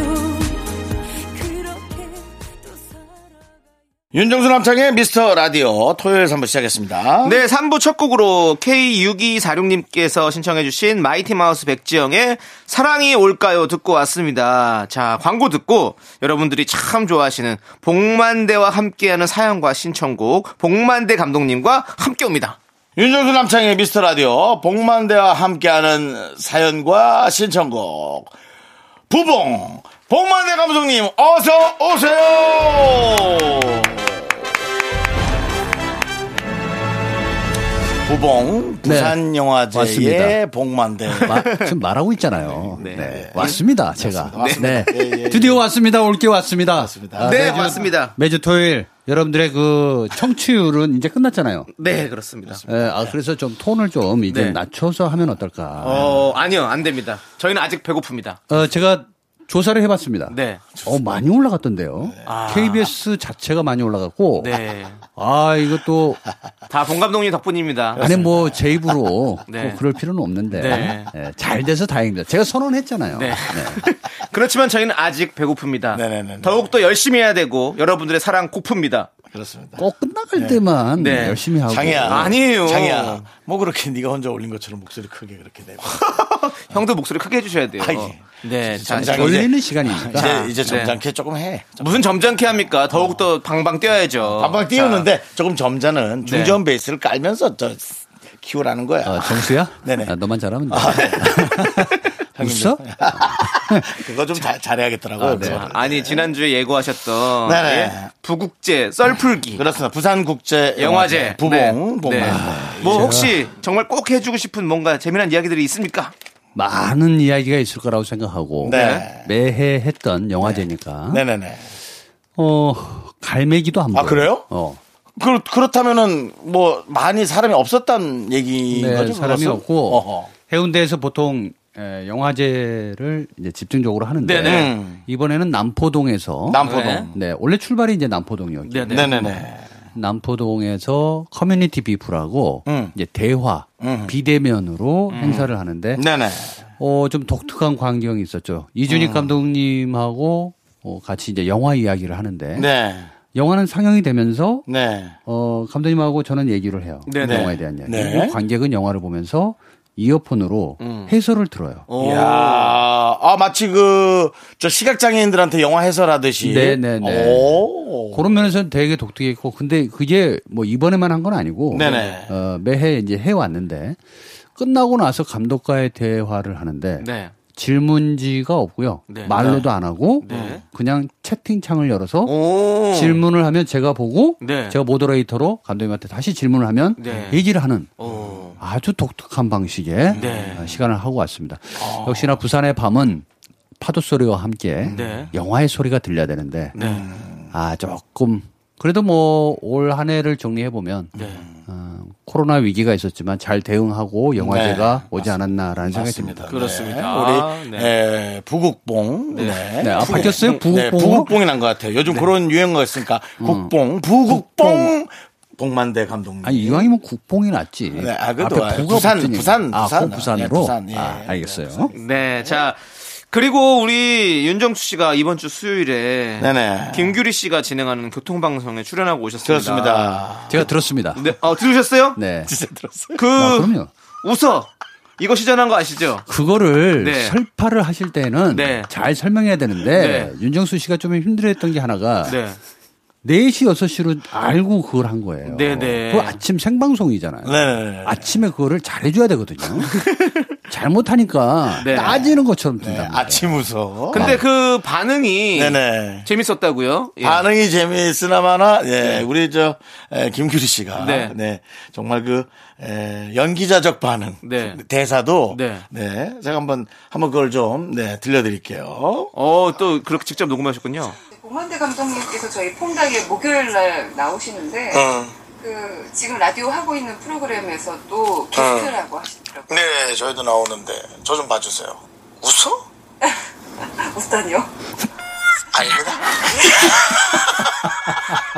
[SPEAKER 3] 그렇게 또 살아가
[SPEAKER 9] 윤정수 남창의 미스터 라디오 토요일 3부 시작했습니다.
[SPEAKER 2] 네 3부 첫 곡으로 K6246님께서 신청해 주신 마이티마우스 백지영의 사랑이 올까요 듣고 왔습니다 자 광고 듣고 여러분들이 참 좋아하시는 복만대와 함께하는 사연과 신청곡 복만대 감독님과 함께 옵니다
[SPEAKER 9] 윤정수 남창의 미스터 라디오 복만대와 함께하는 사연과 신청곡 부봉 복만대 감독님 어서 오세요. 부봉 부산 영화제의
[SPEAKER 11] 맞습니다.
[SPEAKER 9] 복만대
[SPEAKER 11] 마- 지금 말하고 있잖아요. 네. 왔습니다, 제가. 네.
[SPEAKER 9] 네. 예, 예,
[SPEAKER 11] 드디어 왔습니다. 올게 왔습니다. 아,
[SPEAKER 2] 네
[SPEAKER 11] 매주-
[SPEAKER 2] 맞습니다
[SPEAKER 11] 매주 토요일 여러분들의 그 청취율은 이제 끝났잖아요.
[SPEAKER 2] 네 그렇습니다
[SPEAKER 11] 예, 아, 그래서 좀 톤을 좀 이제
[SPEAKER 2] 네.
[SPEAKER 11] 낮춰서 하면 어떨까. 어,
[SPEAKER 2] 어, 아니요, 안 됩니다. 저희는 아직 배고픕니다.
[SPEAKER 11] 제가 조사를 해봤습니다.
[SPEAKER 2] 네.
[SPEAKER 11] 어, 많이 올라갔던데요. KBS 자체가 많이 올라갔고,
[SPEAKER 2] 네.
[SPEAKER 10] 아, 이것도
[SPEAKER 2] 다 봉 감독님 덕분입니다.
[SPEAKER 10] 아니 뭐 제 입으로
[SPEAKER 2] 네.
[SPEAKER 10] 꼭 그럴 필요는 없는데
[SPEAKER 2] 네.
[SPEAKER 10] 예, 잘 돼서 다행입니다. 제가 선언했잖아요.
[SPEAKER 2] 네. [laughs] 그렇지만 저희는 아직 배고픕니다.
[SPEAKER 1] 네네네.
[SPEAKER 2] 더욱 더 열심히 해야 되고 여러분들의 사랑
[SPEAKER 1] [laughs]
[SPEAKER 2] 고픕니다.
[SPEAKER 1] 그렇습니다.
[SPEAKER 10] 꼭 끝나갈 때만
[SPEAKER 2] 네.
[SPEAKER 10] 열심히 하고
[SPEAKER 1] 장이야.
[SPEAKER 2] 아니에요.
[SPEAKER 1] 장이야. 뭐 그렇게 네가 혼자 올린 것처럼 목소리 크게 그렇게 내고.
[SPEAKER 2] 형도 목소리 크게 해주셔야 돼요.
[SPEAKER 1] 아니,
[SPEAKER 2] 네, 자,
[SPEAKER 1] 점잖게
[SPEAKER 2] 이제
[SPEAKER 10] 올리는 시간이니까.
[SPEAKER 1] 이제
[SPEAKER 2] 자,
[SPEAKER 1] 이제
[SPEAKER 2] 네.
[SPEAKER 1] 점잖게 조금 해.
[SPEAKER 2] 무슨 점잖게 합니까? 더욱 더 방방 뛰어야죠.
[SPEAKER 1] 반방 띄우는데 조금 점잖은
[SPEAKER 2] 네.
[SPEAKER 1] 중저음 베이스를 깔면서 저 키우라는 거야.
[SPEAKER 10] 어, 정수야?
[SPEAKER 1] 네네.
[SPEAKER 10] 아, 너만 잘하면 돼.
[SPEAKER 2] [laughs]
[SPEAKER 1] 형님들.
[SPEAKER 10] 웃어?
[SPEAKER 1] [laughs] 그거 좀 잘, 잘해야겠더라고요.
[SPEAKER 2] 자,
[SPEAKER 1] 그거.
[SPEAKER 2] 네. 아니 지난주에 예고하셨던
[SPEAKER 1] 네. 네네.
[SPEAKER 2] 예? 부국제 썰풀기
[SPEAKER 1] 그렇습니다. 부산국제
[SPEAKER 2] 영화제
[SPEAKER 1] 부봉
[SPEAKER 2] 네.
[SPEAKER 1] 봉.
[SPEAKER 2] 네.
[SPEAKER 1] 아,
[SPEAKER 2] 뭐 혹시 정말 꼭 해주고 싶은 뭔가 재미난 이야기들이 있습니까?
[SPEAKER 10] 많은 이야기가 있을 거라고 생각하고
[SPEAKER 1] 네.
[SPEAKER 10] 매해 했던 영화제니까
[SPEAKER 1] 네네네.
[SPEAKER 10] 어 갈매기도 한 번.
[SPEAKER 1] 아, 그래요?
[SPEAKER 10] 어.
[SPEAKER 1] 그, 그렇다면은 뭐 많이 사람이 없었다는 얘기인
[SPEAKER 10] 네,
[SPEAKER 1] 거죠?
[SPEAKER 10] 사람이
[SPEAKER 1] 그것은?
[SPEAKER 10] 없고
[SPEAKER 1] 어허.
[SPEAKER 10] 해운대에서 보통 에, 영화제를 이제 집중적으로 하는데
[SPEAKER 2] 네네.
[SPEAKER 10] 음. 이번에는 남포동에서
[SPEAKER 1] 남포동.
[SPEAKER 10] 네 원래 출발이 이제 남포동이었죠.
[SPEAKER 2] 네네.
[SPEAKER 1] 네네네.
[SPEAKER 10] 남포동에서 커뮤니티 비프라고
[SPEAKER 1] 음.
[SPEAKER 10] 이제 대화 비대면으로 행사를 하는데
[SPEAKER 1] 네네.
[SPEAKER 10] 어, 좀 독특한 광경이 있었죠. 이준익 감독님하고 어, 같이 이제 영화 이야기를 하는데
[SPEAKER 1] 네.
[SPEAKER 10] 영화는 상영이 되면서
[SPEAKER 1] 네.
[SPEAKER 10] 어, 감독님하고 저는 얘기를 해요.
[SPEAKER 2] 네네.
[SPEAKER 10] 영화에 대한 이야기.
[SPEAKER 1] 네.
[SPEAKER 10] 그리고 관객은 영화를 보면서 이어폰으로 해설을 들어요.
[SPEAKER 1] 이야, 아, 마치 그, 저 시각장애인들한테 영화 해설하듯이.
[SPEAKER 10] 네네네.
[SPEAKER 1] 오.
[SPEAKER 10] 그런 면에서는 되게 독특했고 근데 그게 뭐 이번에만 한 건 아니고
[SPEAKER 1] 네네.
[SPEAKER 10] 어, 매해 이제 해 왔는데 끝나고 나서 감독과의 대화를 하는데
[SPEAKER 2] 네.
[SPEAKER 10] 질문지가 없고요.
[SPEAKER 2] 네.
[SPEAKER 10] 말로도 안 하고
[SPEAKER 2] 네.
[SPEAKER 10] 그냥 채팅창을 열어서
[SPEAKER 2] 오.
[SPEAKER 10] 질문을 하면 제가 보고
[SPEAKER 2] 네.
[SPEAKER 10] 제가 모더레이터로 감독님한테 다시 질문을 하면
[SPEAKER 2] 네.
[SPEAKER 10] 얘기를 하는
[SPEAKER 2] 오.
[SPEAKER 10] 아주 독특한 방식의 어,
[SPEAKER 2] 네.
[SPEAKER 10] 시간을 하고 왔습니다.
[SPEAKER 1] 어.
[SPEAKER 10] 역시나 부산의 밤은 파도 소리와 함께
[SPEAKER 2] 네.
[SPEAKER 10] 영화의 소리가 들려야 되는데
[SPEAKER 2] 네.
[SPEAKER 10] 아 조금 그래도 뭐 올 한 해를 정리해 보면
[SPEAKER 2] 네.
[SPEAKER 10] 어, 코로나 위기가 있었지만 잘 대응하고 영화제가
[SPEAKER 1] 네.
[SPEAKER 10] 오지 않았나라는 생각이 듭니다.
[SPEAKER 2] 그렇습니다.
[SPEAKER 1] 우리
[SPEAKER 2] 네.
[SPEAKER 1] 에, 부국봉. 네.
[SPEAKER 10] 네, 아, 바뀌었어요? 네.
[SPEAKER 1] 네,
[SPEAKER 10] 부국봉으로?
[SPEAKER 1] 부국봉이 난 것 같아요. 요즘 그런 유행어가 있으니까
[SPEAKER 10] 음.
[SPEAKER 1] 국봉, 부국봉, 복만대 감독님.
[SPEAKER 10] 아니 이왕이면 뭐 국뽕이 낫지.
[SPEAKER 1] 네, 아, 그래도
[SPEAKER 10] 앞에
[SPEAKER 1] 아,
[SPEAKER 10] 부가
[SPEAKER 1] 부산,
[SPEAKER 10] 붙으니까.
[SPEAKER 1] 부산,
[SPEAKER 10] 아,
[SPEAKER 1] 부산.
[SPEAKER 10] 그거 부산으로.
[SPEAKER 1] 예, 부산, 예.
[SPEAKER 10] 아, 알겠어요.
[SPEAKER 2] 네, 자 그리고 우리 윤정수 씨가 이번 주 수요일에
[SPEAKER 1] 네네.
[SPEAKER 2] 김규리 씨가 진행하는 교통 방송에 출연하고 오셨습니다.
[SPEAKER 1] 그렇습니다.
[SPEAKER 10] 제가 들었습니다.
[SPEAKER 1] 음.
[SPEAKER 2] 네, 어, 들으셨어요?
[SPEAKER 10] 아, 네.
[SPEAKER 1] 진짜 들었어요.
[SPEAKER 2] 그
[SPEAKER 10] 아, 그럼요.
[SPEAKER 2] 웃어 이거 시전한 거 아시죠?
[SPEAKER 10] 그거를
[SPEAKER 2] 네.
[SPEAKER 10] 설파를 하실 때는
[SPEAKER 2] 네.
[SPEAKER 10] 잘 설명해야 되는데
[SPEAKER 2] 네.
[SPEAKER 10] 윤정수 씨가 좀 힘들어했던 게 하나가
[SPEAKER 2] 네.
[SPEAKER 10] 4시 6시로 알고 그걸 한 거예요.
[SPEAKER 2] 네, 네.
[SPEAKER 10] 그 아침 생방송이잖아요.
[SPEAKER 1] 네네네.
[SPEAKER 10] 아침에 그거를 잘해
[SPEAKER 2] [laughs]
[SPEAKER 10] 줘야 되거든요. 잘못하니까
[SPEAKER 2] 네.
[SPEAKER 10] 따지는 것처럼 든다. 네.
[SPEAKER 1] 아침 웃어.
[SPEAKER 2] 근데 그 반응이
[SPEAKER 1] 네네.
[SPEAKER 2] 재밌었다고요? 예.
[SPEAKER 1] 반응이 재미있으나마나 예, 우리 저 에, 김규리 씨가
[SPEAKER 2] 네.
[SPEAKER 1] 네. 정말 그 에, 연기자적 반응
[SPEAKER 2] 네.
[SPEAKER 1] 대사도
[SPEAKER 2] 네.
[SPEAKER 1] 네. 제가 한번 한번 그걸 좀 네, 들려드릴게요.
[SPEAKER 2] 어, 또 그렇게 직접 녹음하셨군요.
[SPEAKER 3] 봉만대 감독님께서 저희 폼닥에 목요일 날 나오시는데 그 지금 라디오 하고 있는 프로그램에서도 게스트라고 하시더라고요.
[SPEAKER 1] 네 저희도 나오는데 저 좀 봐주세요. 웃어?
[SPEAKER 3] 웃다니요?
[SPEAKER 1] 아닙니다.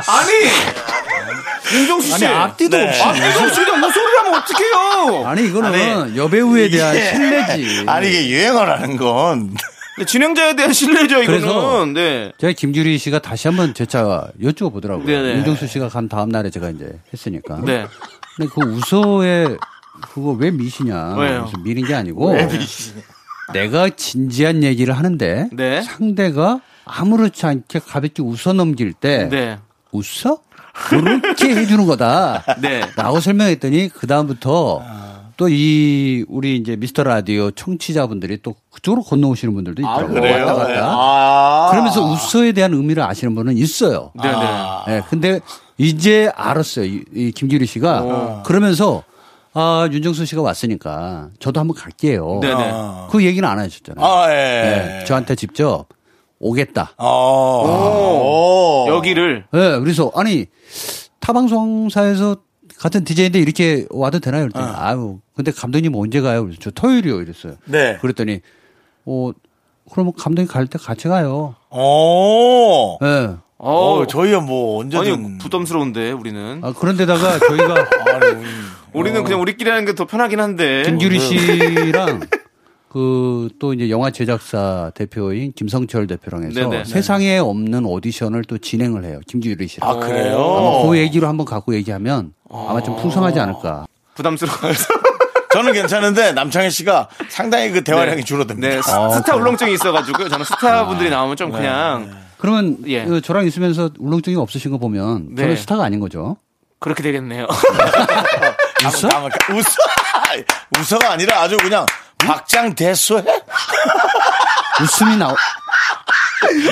[SPEAKER 2] 아니! 윤정수 씨!
[SPEAKER 10] 아니 앞뒤도
[SPEAKER 1] 네.
[SPEAKER 10] 없이.
[SPEAKER 2] 아, 윤정수 씨가 웃소리를 하면 어떡해요! 네. 예.
[SPEAKER 10] 아니 이거는 여배우에 대한
[SPEAKER 1] 네.
[SPEAKER 10] 신뢰지.
[SPEAKER 1] 아니 이게 유행어라는 건
[SPEAKER 2] 근데 진행자에 대한 신뢰죠,
[SPEAKER 10] 그래서-
[SPEAKER 2] 이거는. 네.
[SPEAKER 10] 제가 김규리 씨가 다시 한번 제차 여쭤보더라고요.
[SPEAKER 2] 네네.
[SPEAKER 10] 윤정수 씨가 간 다음 날에 제가 이제 했으니까.
[SPEAKER 2] 네.
[SPEAKER 10] 근데 그 우서에 그거 왜 미시냐?
[SPEAKER 2] 왜요?
[SPEAKER 10] 무슨 미는 게 아니고 내가 진지한 얘기를 하는데
[SPEAKER 2] 네.
[SPEAKER 10] 상대가 아무렇지 않게 가볍게 웃어 넘길 때
[SPEAKER 2] 네.
[SPEAKER 10] 웃어? 그렇게 해주는 거다.
[SPEAKER 2] 네.
[SPEAKER 10] 라고 설명했더니 그 다음부터 또 이 우리 이제 미스터 라디오 청취자분들이 또 그쪽으로 건너오시는 분들도 있더라고요. 왔다 갔다.
[SPEAKER 1] 네. 아. [laughs]
[SPEAKER 10] 그러면서 웃어에 대한 의미를 아시는 분은 있어요.
[SPEAKER 2] 네네.
[SPEAKER 10] 예, 근데 이제 알았어요. 이, 이 김규리 씨가 그러면서 아 윤정수 씨가 왔으니까 저도 한번 갈게요.
[SPEAKER 2] 네네. 네.
[SPEAKER 10] 그 얘기는 안 하셨잖아요.
[SPEAKER 1] 아 예.
[SPEAKER 10] 예, 저한테 직접 오겠다.
[SPEAKER 1] 어.
[SPEAKER 2] 여기를.
[SPEAKER 10] 예, 그래서 아니 타 방송사에서 같은 DJ인데 이렇게 와도 되나요? 그랬더니 아유 근데 감독님 언제 가요? 그래서 저 토요일이요 이랬어요.
[SPEAKER 1] 네.
[SPEAKER 10] 그랬더니 어 그러면 감독님 갈 때 같이 가요.
[SPEAKER 1] 오.
[SPEAKER 10] 예.
[SPEAKER 2] 어,
[SPEAKER 1] 저희야 뭐 언제든
[SPEAKER 2] 아니, 부담스러운데 우리는.
[SPEAKER 10] 아, 그런데다가 저희가
[SPEAKER 2] [laughs]
[SPEAKER 1] 음.
[SPEAKER 2] 우리는 그냥 우리끼리 하는 게 더 편하긴 한데.
[SPEAKER 10] 김규리 씨랑 [laughs] 그 또 이제 영화 제작사 대표인 김성철 대표랑 해서
[SPEAKER 2] 네네.
[SPEAKER 10] 세상에 없는 오디션을 또 진행을 해요. 김규리 씨랑.
[SPEAKER 2] 아, 그래요?
[SPEAKER 10] 아마 그 얘기로 한번 갖고 얘기하면 아마 좀 풍성하지 않을까.
[SPEAKER 2] 부담스러워서.
[SPEAKER 1] 저는 괜찮은데 남창희 씨가 상당히 그 대화량이 줄어듭니다. 아,
[SPEAKER 2] 네, 스- 스타 울렁증이 있어가지고요. 아, 네. 저는 스타분들이 나오면 좀 그냥
[SPEAKER 10] 그러면
[SPEAKER 2] 예.
[SPEAKER 10] 그 저랑 있으면서 울렁증이 없으신 거 보면
[SPEAKER 2] 네.
[SPEAKER 10] 저는 스타가 아닌 거죠.
[SPEAKER 2] 그렇게 되겠네요.
[SPEAKER 1] 웃어? 웃어? [laughs] 웃어가 아니라 아주 그냥 박장 대수해?
[SPEAKER 10] 웃음이 나오.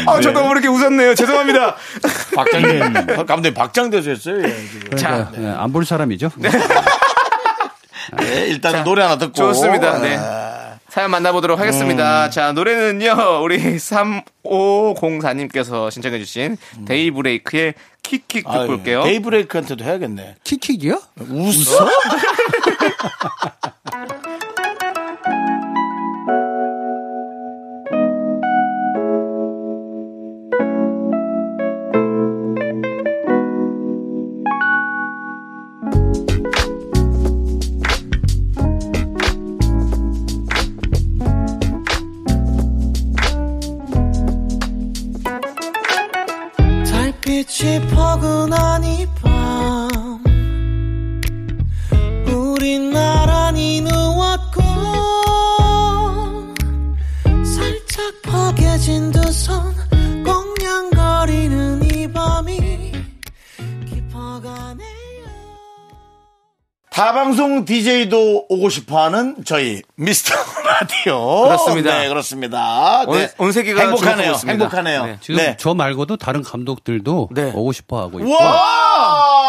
[SPEAKER 2] 아, 저도 모르게 웃었네요. 죄송합니다.
[SPEAKER 1] 박장 감독님 박장 대수였어요. 예, 지금.
[SPEAKER 10] 자, 그러니까 안 볼 사람이죠.
[SPEAKER 1] 네, 일단 노래 하나 듣고
[SPEAKER 2] 좋습니다. 네.
[SPEAKER 1] 아,
[SPEAKER 2] [laughs] 사연 만나보도록 하겠습니다. 자, 노래는요, 우리 3504님께서 신청해주신 데이브레이크의 킥킥 듣고
[SPEAKER 1] 아유,
[SPEAKER 2] 올게요.
[SPEAKER 1] 예. 데이브레이크한테도 해야겠네.
[SPEAKER 10] 킥킥이요?
[SPEAKER 1] 웃어?
[SPEAKER 3] 달빛이 포근한 이밤 우린 나란히 누웠고 살짝 파개진 두 손 꽁냥거리는 이 밤이 깊어가네
[SPEAKER 1] 다방송 DJ도 오고 싶어하는 저희 미스터 [laughs] 라디오.
[SPEAKER 2] 그렇습니다.
[SPEAKER 1] 네, 그렇습니다.
[SPEAKER 2] 온-
[SPEAKER 1] 네.
[SPEAKER 2] 온 세계가
[SPEAKER 1] 행복하네요.
[SPEAKER 2] 즐겁고 있습니다.
[SPEAKER 1] 행복하네요.
[SPEAKER 2] 네.
[SPEAKER 10] 지금 저 말고도 다른 감독들도 오고 싶어 하고 있고.
[SPEAKER 1] 와!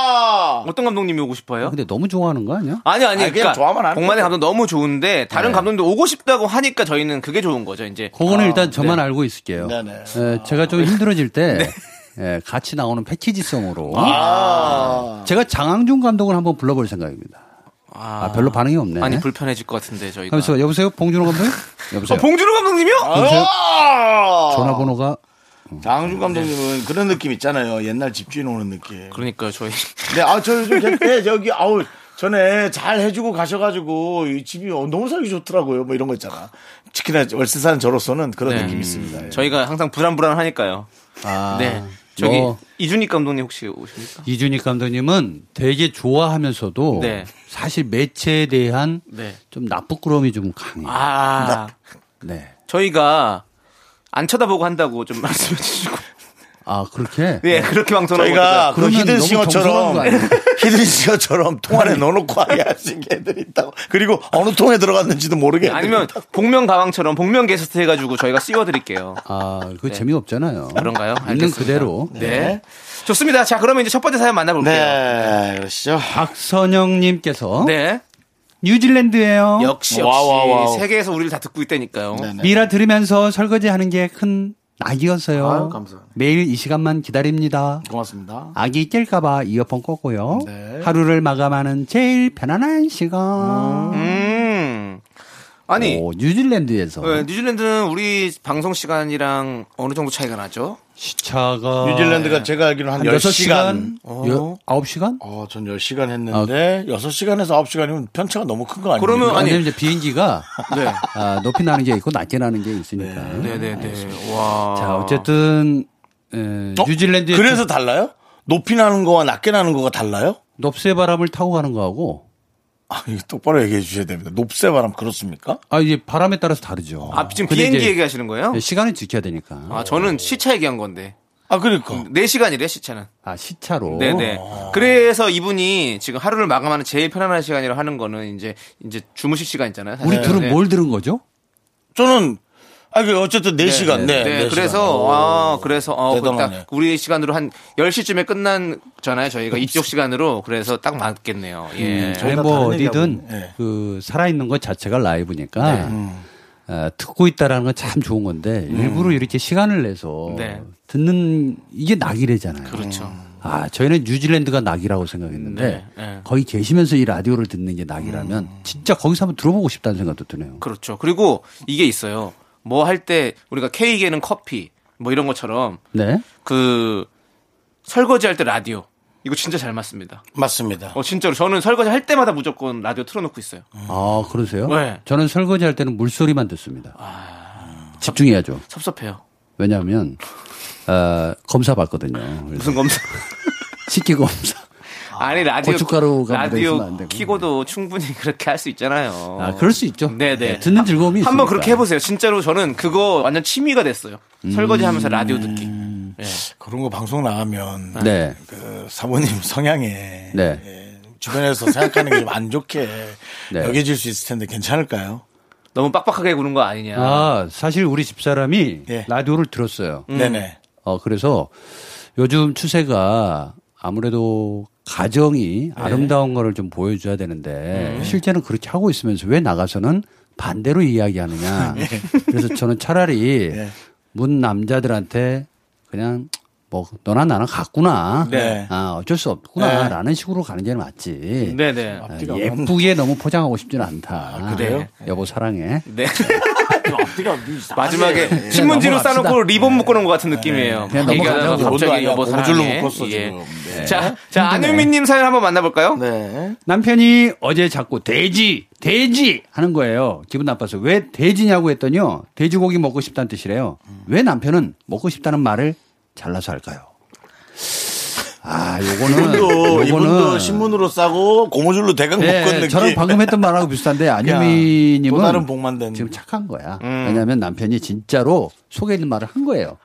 [SPEAKER 2] 어떤 감독님이 오고 싶어요?
[SPEAKER 10] 근데 너무 좋아하는 거 아니야?
[SPEAKER 2] 아니, 아니,
[SPEAKER 10] 아니, 그냥
[SPEAKER 2] 그러니까
[SPEAKER 10] 좋아하면 하는
[SPEAKER 2] 복만의
[SPEAKER 10] 거죠.
[SPEAKER 2] 감독 너무 좋은데, 다른
[SPEAKER 10] 네.
[SPEAKER 2] 감독님도 오고 싶다고 하니까 저희는 그게 좋은 거죠, 이제.
[SPEAKER 10] 그거는
[SPEAKER 2] 아,
[SPEAKER 10] 일단 저만
[SPEAKER 2] 네.
[SPEAKER 10] 알고 있을게요.
[SPEAKER 2] 네네. 네.
[SPEAKER 10] 에, 제가 좀
[SPEAKER 2] [laughs]
[SPEAKER 10] 힘들어질 때 예, 같이 나오는 패키지송으로
[SPEAKER 2] 아.
[SPEAKER 10] 제가 장항준 감독을 한번 불러볼 생각입니다. 아, 별로 반응이 없네.
[SPEAKER 2] 아니, 불편해질 것 같은데, 저희가.
[SPEAKER 10] 하면서 여보세요, 봉준호 감독님? 여보세요.
[SPEAKER 2] 어, 봉준호 아. 감독님이요?
[SPEAKER 1] 아.
[SPEAKER 10] 여보세요? 전화번호가
[SPEAKER 1] 장준 감독님은 그런 느낌 있잖아요. 옛날 집주인 오는 느낌.
[SPEAKER 2] 그러니까요, 저희.
[SPEAKER 1] 네, 아, 저 요즘 예, 저기, 아우, 전에 잘 해주고 가셔가지고 이 집이 어, 너무 살기 좋더라고요. 뭐 이런 거 있잖아. 특히나 월세 사는 저로서는 그런
[SPEAKER 2] 네.
[SPEAKER 1] 느낌이 있습니다. 예.
[SPEAKER 2] 저희가 항상 불안불안하니까요.
[SPEAKER 10] 아,
[SPEAKER 2] 네. 저기,
[SPEAKER 10] 뭐.
[SPEAKER 2] 이준익 감독님 혹시 오십니까?
[SPEAKER 10] 이준익 감독님은 되게 좋아하면서도
[SPEAKER 2] 네.
[SPEAKER 10] 사실 매체에 대한
[SPEAKER 2] 네.
[SPEAKER 10] 좀 나쁘끄러움이 좀 강해요.
[SPEAKER 2] 아.
[SPEAKER 10] 네.
[SPEAKER 2] 저희가 안 쳐다보고 한다고 좀 [laughs] 말씀해 주시고.
[SPEAKER 10] 아, 그렇게?
[SPEAKER 2] 예, 그렇게 방송을
[SPEAKER 1] 저희가
[SPEAKER 10] [laughs]
[SPEAKER 2] 하고
[SPEAKER 1] 그
[SPEAKER 2] 있거든요.
[SPEAKER 10] 정성한 거
[SPEAKER 1] [laughs] 히든싱어처럼
[SPEAKER 10] 아니에요?
[SPEAKER 1] 히든싱어처럼 통 안에 넣어놓고 하게 하신 애들이 있다고 그리고 어느 통에 들어갔는지도
[SPEAKER 10] 네.
[SPEAKER 1] 모르게
[SPEAKER 2] 아니면 복면 가방처럼 복면 게스트 해가지고 저희가 씌워드릴게요.
[SPEAKER 10] 아, 그거
[SPEAKER 2] 네.
[SPEAKER 10] 재미없잖아요.
[SPEAKER 2] 그런가요?
[SPEAKER 10] 있는
[SPEAKER 2] 알겠습니다.
[SPEAKER 10] 그대로.
[SPEAKER 2] 네. 좋습니다. 자, 그러면 이제 첫 번째 사연 만나볼게요.
[SPEAKER 1] 네, 그러시죠.
[SPEAKER 10] 박선영님께서
[SPEAKER 2] 네.
[SPEAKER 10] 뉴질랜드예요.
[SPEAKER 2] 역시, 역시.
[SPEAKER 10] 어? 와와와우. 네.
[SPEAKER 2] 세계에서 우리를 다 듣고 있다니까요.
[SPEAKER 10] 미라 들으면서 설거지하는 게 큰 낙이었어요. 매일 이 시간만 기다립니다.
[SPEAKER 1] 고맙습니다.
[SPEAKER 10] 아기 깰까봐 이어폰 꽂고요. 하루를 마감하는 제일 편안한 시간.
[SPEAKER 2] 음. 아니.
[SPEAKER 10] 오, 뉴질랜드에서
[SPEAKER 2] 네, 뉴질랜드는 우리 방송 시간이랑 어느 정도 차이가 나죠?
[SPEAKER 10] 시차가
[SPEAKER 1] 뉴질랜드가 제가 알기로 한 10시간.
[SPEAKER 2] 어?
[SPEAKER 10] 9시간?
[SPEAKER 1] 어, 전 10시간 했는데 6시간에서 9시간이면 편차가 너무 큰 거 아니에요?
[SPEAKER 2] 그러면 아니-
[SPEAKER 10] 왜냐면 이제 비행기가
[SPEAKER 2] [laughs] 네.
[SPEAKER 10] 아, 높이 나는 게 있고 낮게 나는 게 있으니까.
[SPEAKER 2] 네네네. 와.
[SPEAKER 10] 음, 자, 어쨌든 에, 뉴질랜드에
[SPEAKER 1] 그래서 달라요? 높이 나는 거와 낮게 나는 거가 달라요?
[SPEAKER 10] 높새 바람을 타고 가는 거하고
[SPEAKER 1] 아, 이거 똑바로 얘기해 주셔야 됩니다. 높새 바람 그렇습니까?
[SPEAKER 10] 아 이제 바람에 따라서 다르죠.
[SPEAKER 2] 아, 지금
[SPEAKER 10] 근데
[SPEAKER 2] 비행기
[SPEAKER 10] 이제 네
[SPEAKER 2] 얘기하시는 거예요?
[SPEAKER 10] 시간을 지켜야 되니까.
[SPEAKER 2] 아, 저는 시차 얘기한 건데.
[SPEAKER 1] 아, 그러니까.
[SPEAKER 2] 4시간이래, 시차는.
[SPEAKER 10] 아 시차로.
[SPEAKER 2] 네네. 그래서 이분이 지금 하루를 마감하는 제일 편안한 시간이라고 하는 거는 이제 이제 주무실 시간 있잖아요. 사실.
[SPEAKER 10] 우리 둘은
[SPEAKER 2] 네.
[SPEAKER 10] 뭘 들은 거죠?
[SPEAKER 1] 저는 아, 그 어쨌든 4시간. 네.
[SPEAKER 2] 네,
[SPEAKER 1] 네
[SPEAKER 2] 그래서 아, 그래서 어, 그거
[SPEAKER 1] 대단하네.
[SPEAKER 2] 딱 우리 시간으로 한 10시쯤에 끝난잖아요. 저희가 이쪽 시간으로 그래서 딱 맞겠네요. 예.
[SPEAKER 10] 음, 아니, 뭐 어디든
[SPEAKER 2] 네.
[SPEAKER 10] 그 살아있는 것 자체가 라이브니까 음.
[SPEAKER 2] 음.
[SPEAKER 10] 아, 듣고 있다라는 건 참 좋은 건데 일부러 이렇게 시간을 내서
[SPEAKER 2] 네.
[SPEAKER 10] 듣는 이게 낙이래잖아요.
[SPEAKER 2] 그렇죠.
[SPEAKER 10] 아 저희는 뉴질랜드가 낙이라고 생각했는데
[SPEAKER 2] 네, 네.
[SPEAKER 10] 거기 계시면서 이 라디오를 듣는 게 낙이라면
[SPEAKER 2] 음.
[SPEAKER 10] 진짜 거기서 한번 들어보고 싶다는 생각도 드네요.
[SPEAKER 2] 그렇죠. 그리고 이게 있어요. 뭐 할 때 우리가 케이크에는 커피 뭐 이런 것처럼
[SPEAKER 10] 네.
[SPEAKER 2] 그 설거지할 때 라디오. 이거 진짜 잘 맞습니다.
[SPEAKER 1] 맞습니다.
[SPEAKER 2] 어, 진짜로. 저는 설거지 할 때마다 무조건 라디오 틀어놓고 있어요.
[SPEAKER 10] 아, 그러세요?
[SPEAKER 2] 네.
[SPEAKER 10] 저는 설거지 할 때는 물소리만 듣습니다.
[SPEAKER 2] 아.
[SPEAKER 10] 집중해야죠.
[SPEAKER 2] 섭섭해요.
[SPEAKER 10] 왜냐하면 어, 검사 받거든요.
[SPEAKER 2] 무슨
[SPEAKER 10] [laughs]
[SPEAKER 2] 검사?
[SPEAKER 10] 식기 검사.
[SPEAKER 2] 아니, 라디오. 그
[SPEAKER 10] 고춧가루가 묻어있으면 안
[SPEAKER 2] 라디오
[SPEAKER 10] 되고.
[SPEAKER 2] 키고도 충분히 [laughs] 그렇게 할 수 있잖아요.
[SPEAKER 10] 아, 그럴 수 있죠.
[SPEAKER 2] 네네.
[SPEAKER 10] 듣는 즐거움이
[SPEAKER 2] 한번
[SPEAKER 10] 있으니까.
[SPEAKER 2] 그렇게 해보세요. 진짜로 저는 그거 완전 취미가 됐어요. 설거지 하면서
[SPEAKER 10] 음.
[SPEAKER 2] 라디오 듣기. 예.
[SPEAKER 1] 그런 거 방송 나가면
[SPEAKER 2] 아.
[SPEAKER 10] 네.
[SPEAKER 1] 그 사모님 성향에 예,
[SPEAKER 10] 네.
[SPEAKER 1] 주변에서 생각하는 게 좀 안 좋게
[SPEAKER 10] 네.
[SPEAKER 1] 여겨질 수 있을 텐데 괜찮을까요?
[SPEAKER 2] 너무 빡빡하게 구는 거 아니냐. 예.
[SPEAKER 10] 아, 사실 우리 집사람이 라디오를 들었어요.
[SPEAKER 1] 음. 네네.
[SPEAKER 10] 어, 그래서 요즘 추세가 아무래도 가정이
[SPEAKER 2] 예.
[SPEAKER 10] 아름다운 거를 좀 보여줘야 되는데
[SPEAKER 5] 음.
[SPEAKER 10] 실제는 그렇게 하고 있으면서 왜 나가서는
[SPEAKER 2] [laughs]
[SPEAKER 10] 반대로 이야기하느냐.
[SPEAKER 2] 예.
[SPEAKER 10] 그래서 저는 차라리 문 남자들한테 그냥 뭐 너나 나나 같구나.
[SPEAKER 2] 네.
[SPEAKER 10] 아, 어쩔 수 없구나.
[SPEAKER 2] 네. 음.
[SPEAKER 10] 라는 식으로 가는 게 맞지.
[SPEAKER 2] 네네.
[SPEAKER 10] 아,
[SPEAKER 2] 앞뒤가
[SPEAKER 10] 예쁘게 너무 포장하고 싶지는 않다.
[SPEAKER 1] 아,
[SPEAKER 10] 아, 예.
[SPEAKER 2] 그래요?
[SPEAKER 10] 여보 사랑해.
[SPEAKER 2] 네. 마지막에 신문지로
[SPEAKER 10] 아, 네. 넘어갑시다. 네.
[SPEAKER 2] 싸놓고 리본 묶어놓은 것 같은 느낌이에요.
[SPEAKER 10] 그냥
[SPEAKER 2] 얘기하다가
[SPEAKER 10] 넘어가자고. 옷도
[SPEAKER 2] 갑자기
[SPEAKER 10] 아니야.
[SPEAKER 2] 여보
[SPEAKER 10] 옷줄로
[SPEAKER 2] 사랑해.
[SPEAKER 10] 묶었어,
[SPEAKER 2] 예.
[SPEAKER 10] 지금. 네.
[SPEAKER 2] 자, 자
[SPEAKER 10] 힘드네.
[SPEAKER 2] 안유민님 사연 한번 만나볼까요?
[SPEAKER 1] 네.
[SPEAKER 10] 남편이 어제 자꾸 돼지, 돼지 하는 거예요. 기분 나빠서 왜 돼지냐고 했더니요. 돼지고기 먹고 싶다는 뜻이래요. 왜 남편은 먹고 싶다는 말을 잘라서 할까요? 아, 요거는
[SPEAKER 1] 이분도
[SPEAKER 10] 요거는
[SPEAKER 1] 이분도 신문으로 싸고 고무줄로 대강
[SPEAKER 10] 네,
[SPEAKER 1] 묶은 느낌.
[SPEAKER 10] 저랑 방금 했던 말하고 비슷한데 안유미님은
[SPEAKER 1] 또 다른 복만 된.
[SPEAKER 10] 지금 착한 거야. 왜냐하면 남편이 진짜로 속에 있는 말을 한 거예요.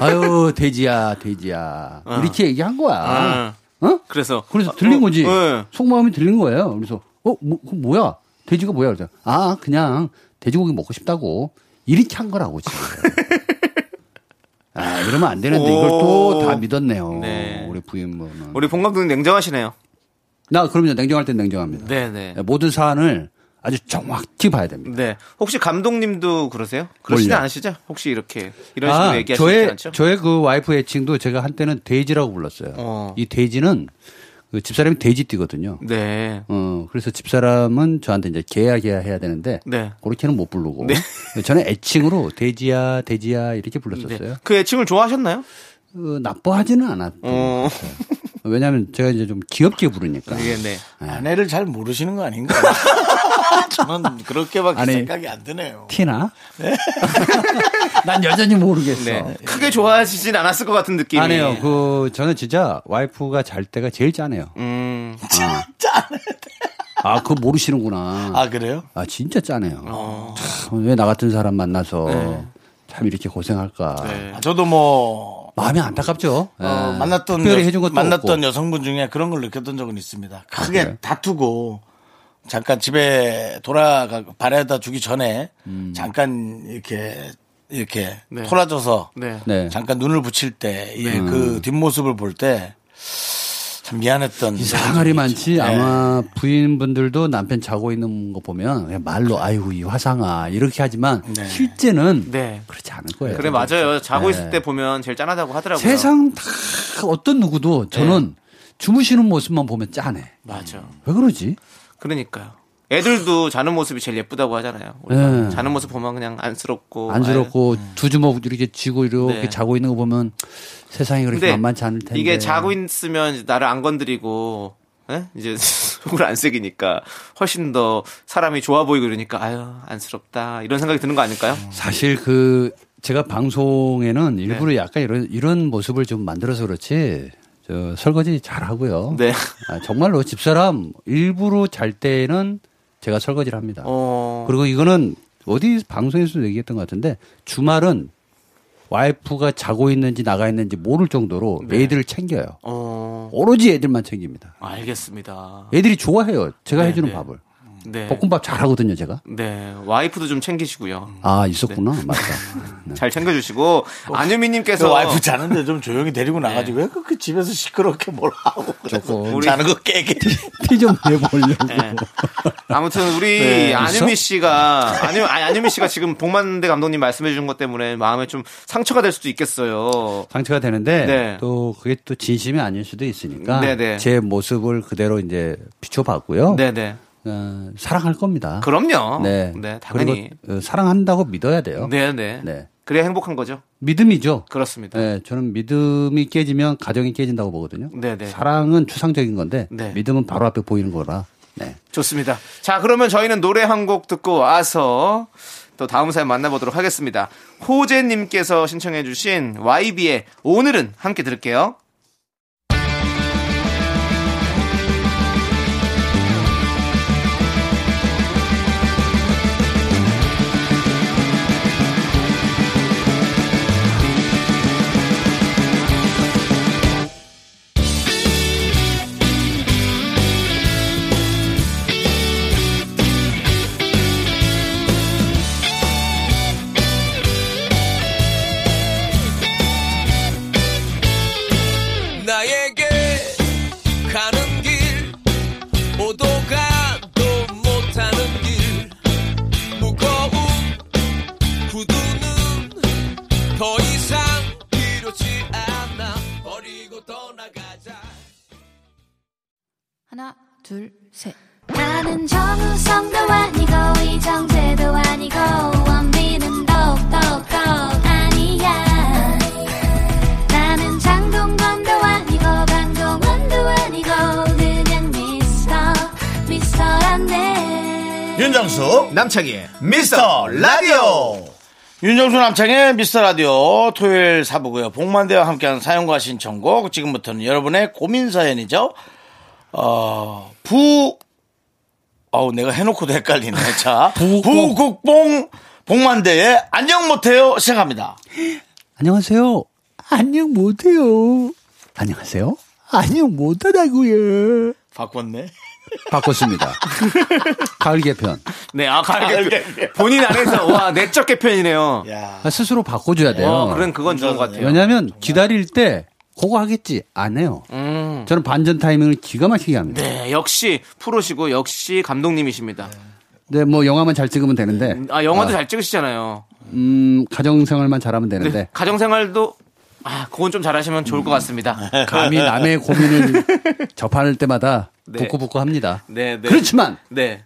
[SPEAKER 10] 아유 돼지야 돼지야
[SPEAKER 2] 어.
[SPEAKER 10] 이렇게 얘기한 거야.
[SPEAKER 2] 아.
[SPEAKER 10] 어?
[SPEAKER 2] 그래서
[SPEAKER 10] 그래서 들린 거지. 속마음이 들린 거예요. 그래서 어 뭐, 그 뭐야 돼지가 뭐야 그래서 아 그냥 돼지고기 먹고 싶다고 이렇게 한 거라고 지금. 아 이러면 안 되는데 이걸 또
[SPEAKER 2] 오.
[SPEAKER 10] 다 믿었네요.
[SPEAKER 2] 네.
[SPEAKER 10] 우리 부인분은.
[SPEAKER 2] 우리 본감독님 냉정하시네요.
[SPEAKER 10] 나 그럼요 냉정할 땐 냉정합니다.
[SPEAKER 2] 네네.
[SPEAKER 10] 예, 모든 사안을 아주 정확히 봐야 됩니다.
[SPEAKER 2] 네. 혹시 감독님도 그러세요? 그러시지
[SPEAKER 10] 몰라요.
[SPEAKER 2] 않으시죠? 혹시 이렇게 이런 식으로 얘기하시지
[SPEAKER 10] 아, 저의,
[SPEAKER 2] 않죠?
[SPEAKER 10] 저의 그 와이프 애칭도 제가 한때는 돼지라고 불렀어요. 이 돼지는 그 집사람이 돼지띠거든요.
[SPEAKER 2] 네.
[SPEAKER 10] 어, 그래서 집사람은 저한테 이제 개야 개야 해야 되는데
[SPEAKER 2] 네.
[SPEAKER 10] 그렇게는 못 부르고 저는 애칭으로 돼지야 돼지야 이렇게 불렀었어요. 그
[SPEAKER 2] 그 애칭을
[SPEAKER 10] 네.
[SPEAKER 2] 좋아하셨나요?
[SPEAKER 10] 나빠하지는 않았던
[SPEAKER 2] 어.
[SPEAKER 10] 왜냐하면 제가 이제 좀 귀엽게 부르니까.
[SPEAKER 2] 예, 네.
[SPEAKER 1] 아내를 잘 모르시는 거 아닌가? [laughs] 저는 그렇게밖에
[SPEAKER 10] 아니,
[SPEAKER 1] 생각이 안 드네요.
[SPEAKER 10] 티나? [laughs] 난 여전히 모르겠어.
[SPEAKER 2] 네. 크게 좋아하시진 않았을 것 같은 느낌이.
[SPEAKER 1] 네.
[SPEAKER 10] 안 해요. 그 저는 진짜 와이프가 잘 때가 제일 짜네요.
[SPEAKER 2] 음.
[SPEAKER 10] 아, 그거 모르시는구나.
[SPEAKER 1] 아, 그래요?
[SPEAKER 10] 아, 진짜 짜네요. 참, 왜 나 같은 사람 만나서
[SPEAKER 1] 어. 네.
[SPEAKER 10] 참 이렇게 고생할까.
[SPEAKER 1] 아, 저도 뭐
[SPEAKER 10] 마음이 안타깝죠. 예.
[SPEAKER 1] 어, 만났던
[SPEAKER 10] 아, 특별히
[SPEAKER 1] 여-
[SPEAKER 10] 해준 것도
[SPEAKER 1] 만났던
[SPEAKER 10] 없고.
[SPEAKER 1] 여성분 중에 그런 걸 느꼈던 적은 있습니다. 크게
[SPEAKER 10] 그래요?
[SPEAKER 1] 다투고 잠깐 집에 돌아가 발에다 주기 전에
[SPEAKER 10] 음.
[SPEAKER 1] 잠깐 이렇게 이렇게
[SPEAKER 2] 네.
[SPEAKER 1] 토라져서
[SPEAKER 2] 네.
[SPEAKER 10] 네.
[SPEAKER 1] 잠깐 눈을 붙일 때 예,
[SPEAKER 10] 음.
[SPEAKER 1] 그 뒷모습을 볼 때 참 미안했던
[SPEAKER 10] 항아리 많지
[SPEAKER 1] 네.
[SPEAKER 10] 아마 부인분들도 남편 자고 있는 거 보면 그냥 말로 아이고 이 화상아 이렇게 하지만
[SPEAKER 1] 네.
[SPEAKER 10] 실제는 그렇지 않을 거예요.
[SPEAKER 2] 그래 맞아요. 자고
[SPEAKER 10] 네.
[SPEAKER 2] 있을 때 보면 제일 짠하다고 하더라고요.
[SPEAKER 10] 세상 다 어떤 누구도 저는
[SPEAKER 2] 네.
[SPEAKER 10] 주무시는 모습만 보면 짠해.
[SPEAKER 2] 맞아.
[SPEAKER 10] 왜 그러지?
[SPEAKER 2] 그러니까요. 애들도 자는 모습이 제일 예쁘다고 하잖아요. 우리가
[SPEAKER 10] 네.
[SPEAKER 2] 자는 모습 보면 그냥 안쓰럽고
[SPEAKER 10] 안쓰럽고 두 주먹 이렇게 쥐고 이렇게
[SPEAKER 2] 어, 음. 네.
[SPEAKER 10] 자고 있는 거 보면 세상이
[SPEAKER 2] 아유.
[SPEAKER 10] 그렇게
[SPEAKER 2] 근데
[SPEAKER 10] 만만치 않을 텐데.
[SPEAKER 2] 이게 자고 있으면 이제 나를 안 건드리고 예? 이제 [laughs] 속을 안 새기니까 훨씬 더 사람이 좋아 보이고 그러니까 아유 안쓰럽다 이런 생각이 드는 거 아닐까요?
[SPEAKER 10] 사실 그 제가
[SPEAKER 2] 네.
[SPEAKER 10] 방송에는 일부러 약간 이런 이런 모습을 좀 만들어서 그렇지 저 설거지 잘 하고요.
[SPEAKER 2] 네.
[SPEAKER 10] 아, 정말로 집사람 일부러 잘 때는 제가 설거지를 합니다.
[SPEAKER 2] 어,
[SPEAKER 10] 그리고 이거는 어디 방송에서도 얘기했던 것 같은데 주말은 와이프가 자고 있는지 나가 있는지 모를 정도로
[SPEAKER 2] 네.
[SPEAKER 10] 애들을 챙겨요.
[SPEAKER 2] 어
[SPEAKER 10] 오로지 애들만 챙깁니다.
[SPEAKER 2] 알겠습니다.
[SPEAKER 10] 애들이 좋아해요. 제가
[SPEAKER 2] 네,
[SPEAKER 10] 해주는
[SPEAKER 2] 네.
[SPEAKER 10] 밥을.
[SPEAKER 2] 네.
[SPEAKER 10] 볶음밥 잘하거든요, 제가.
[SPEAKER 2] 네 와이프도 좀 챙기시고요.
[SPEAKER 10] 아 있었구나,
[SPEAKER 2] 네.
[SPEAKER 10] 맞다. [laughs]
[SPEAKER 2] 잘 챙겨주시고
[SPEAKER 10] 어.
[SPEAKER 2] 안유미님께서
[SPEAKER 1] 그 와이프 자는데 좀 조용히 데리고 나가지 왜 그렇게 집에서 시끄럽게 뭘 하고 그래서 [laughs]
[SPEAKER 2] 우리-
[SPEAKER 1] 자는 거 깨게
[SPEAKER 10] 티 좀 내보려고.
[SPEAKER 2] 네. 아무튼 우리
[SPEAKER 10] 네,
[SPEAKER 2] 안유미
[SPEAKER 10] 있어?
[SPEAKER 2] 씨가 안유 아니, 안유미 씨가 지금 복만대 감독님 말씀해 주신 것 때문에 마음에 좀 상처가 될 수도 있겠어요.
[SPEAKER 10] 상처가 되는데
[SPEAKER 2] 네.
[SPEAKER 10] 또 그게 또 진심이 아닐 수도 있으니까
[SPEAKER 2] 네네.
[SPEAKER 10] 제 모습을 그대로 이제 비춰봤고요.
[SPEAKER 2] 네네.
[SPEAKER 10] 어, 사랑할 겁니다.
[SPEAKER 2] 그럼요.
[SPEAKER 10] 네.
[SPEAKER 2] 네, 당연히.
[SPEAKER 10] 그리고, 어, 사랑한다고 믿어야 돼요.
[SPEAKER 2] 네네.
[SPEAKER 10] 네.
[SPEAKER 2] 그래야 행복한 거죠.
[SPEAKER 10] 믿음이죠.
[SPEAKER 2] 그렇습니다.
[SPEAKER 10] 네, 저는 믿음이 깨지면 가정이 깨진다고 보거든요.
[SPEAKER 2] 네네.
[SPEAKER 10] 사랑은 추상적인 건데
[SPEAKER 2] 네.
[SPEAKER 10] 믿음은 바로 앞에 보이는 거라. 네.
[SPEAKER 2] 좋습니다. 자, 그러면 저희는 노래 한 곡 듣고 와서 또 다음 사연 만나보도록 하겠습니다. 호재님께서 신청해주신 YB의 오늘은 함께 들을게요.
[SPEAKER 12] 나에게 가는 길 오도 가도 못하는 길 무거운 구두는 더 이상 필요치 않아 버리고 떠나가자
[SPEAKER 3] 하나, 둘, 셋.
[SPEAKER 4] 나는 정우성도 아니고 이정재도 아니고 원빈은 더욱더 아니야 나는 장동건도 아니고 방종원도 아니고 그냥 미스터 미스터란데
[SPEAKER 1] 윤정수 남창희의 미스터 라디오 윤정수 남창의 미스터 라디오 토요일 사부고요 복만대와 함께하는 사연과 신청곡 지금부터는 여러분의 고민 사연이죠 어, 어부 어우 내가 해놓고도 [laughs] 헷갈리네 자 부국봉 복만대의 안녕 못해요 시작합니다
[SPEAKER 10] 안녕하세요. 안녕 못해요. 안녕하세요. 안녕 못하다고요.
[SPEAKER 1] 바꿨네
[SPEAKER 2] [laughs]
[SPEAKER 10] 바꿨습니다. 가을 개편.
[SPEAKER 2] 네, 예. 아, 가을
[SPEAKER 1] 개편.
[SPEAKER 2] 본인 안에서, 와, 내적 개편이네요.
[SPEAKER 10] 스스로 바꿔줘야 돼요.
[SPEAKER 2] 어, 그런 그건 좋은 것 같아요.
[SPEAKER 10] 왜냐하면 기다릴 때 그거 하겠지 안 해요.
[SPEAKER 2] 음.
[SPEAKER 10] 저는 반전 타이밍을 기가 막히게 합니다.
[SPEAKER 2] 네, 역시 프로시고, 역시 감독님이십니다.
[SPEAKER 10] 근데 뭐 영화만 잘 찍으면 되는데.
[SPEAKER 2] 아, 영화도
[SPEAKER 10] 어,
[SPEAKER 2] 잘 찍으시잖아요.
[SPEAKER 10] 음 가정생활만 잘하면
[SPEAKER 2] 네,
[SPEAKER 10] 되는데
[SPEAKER 2] 가정생활도, 아, 그건 좀 잘하시면 좋을 것 같습니다. [laughs]
[SPEAKER 10] 감히 남의 고민을 접할 때마다
[SPEAKER 2] 네.
[SPEAKER 10] 부끄부끄 합니다.
[SPEAKER 2] 네, 네.
[SPEAKER 10] 그렇지만
[SPEAKER 2] 네.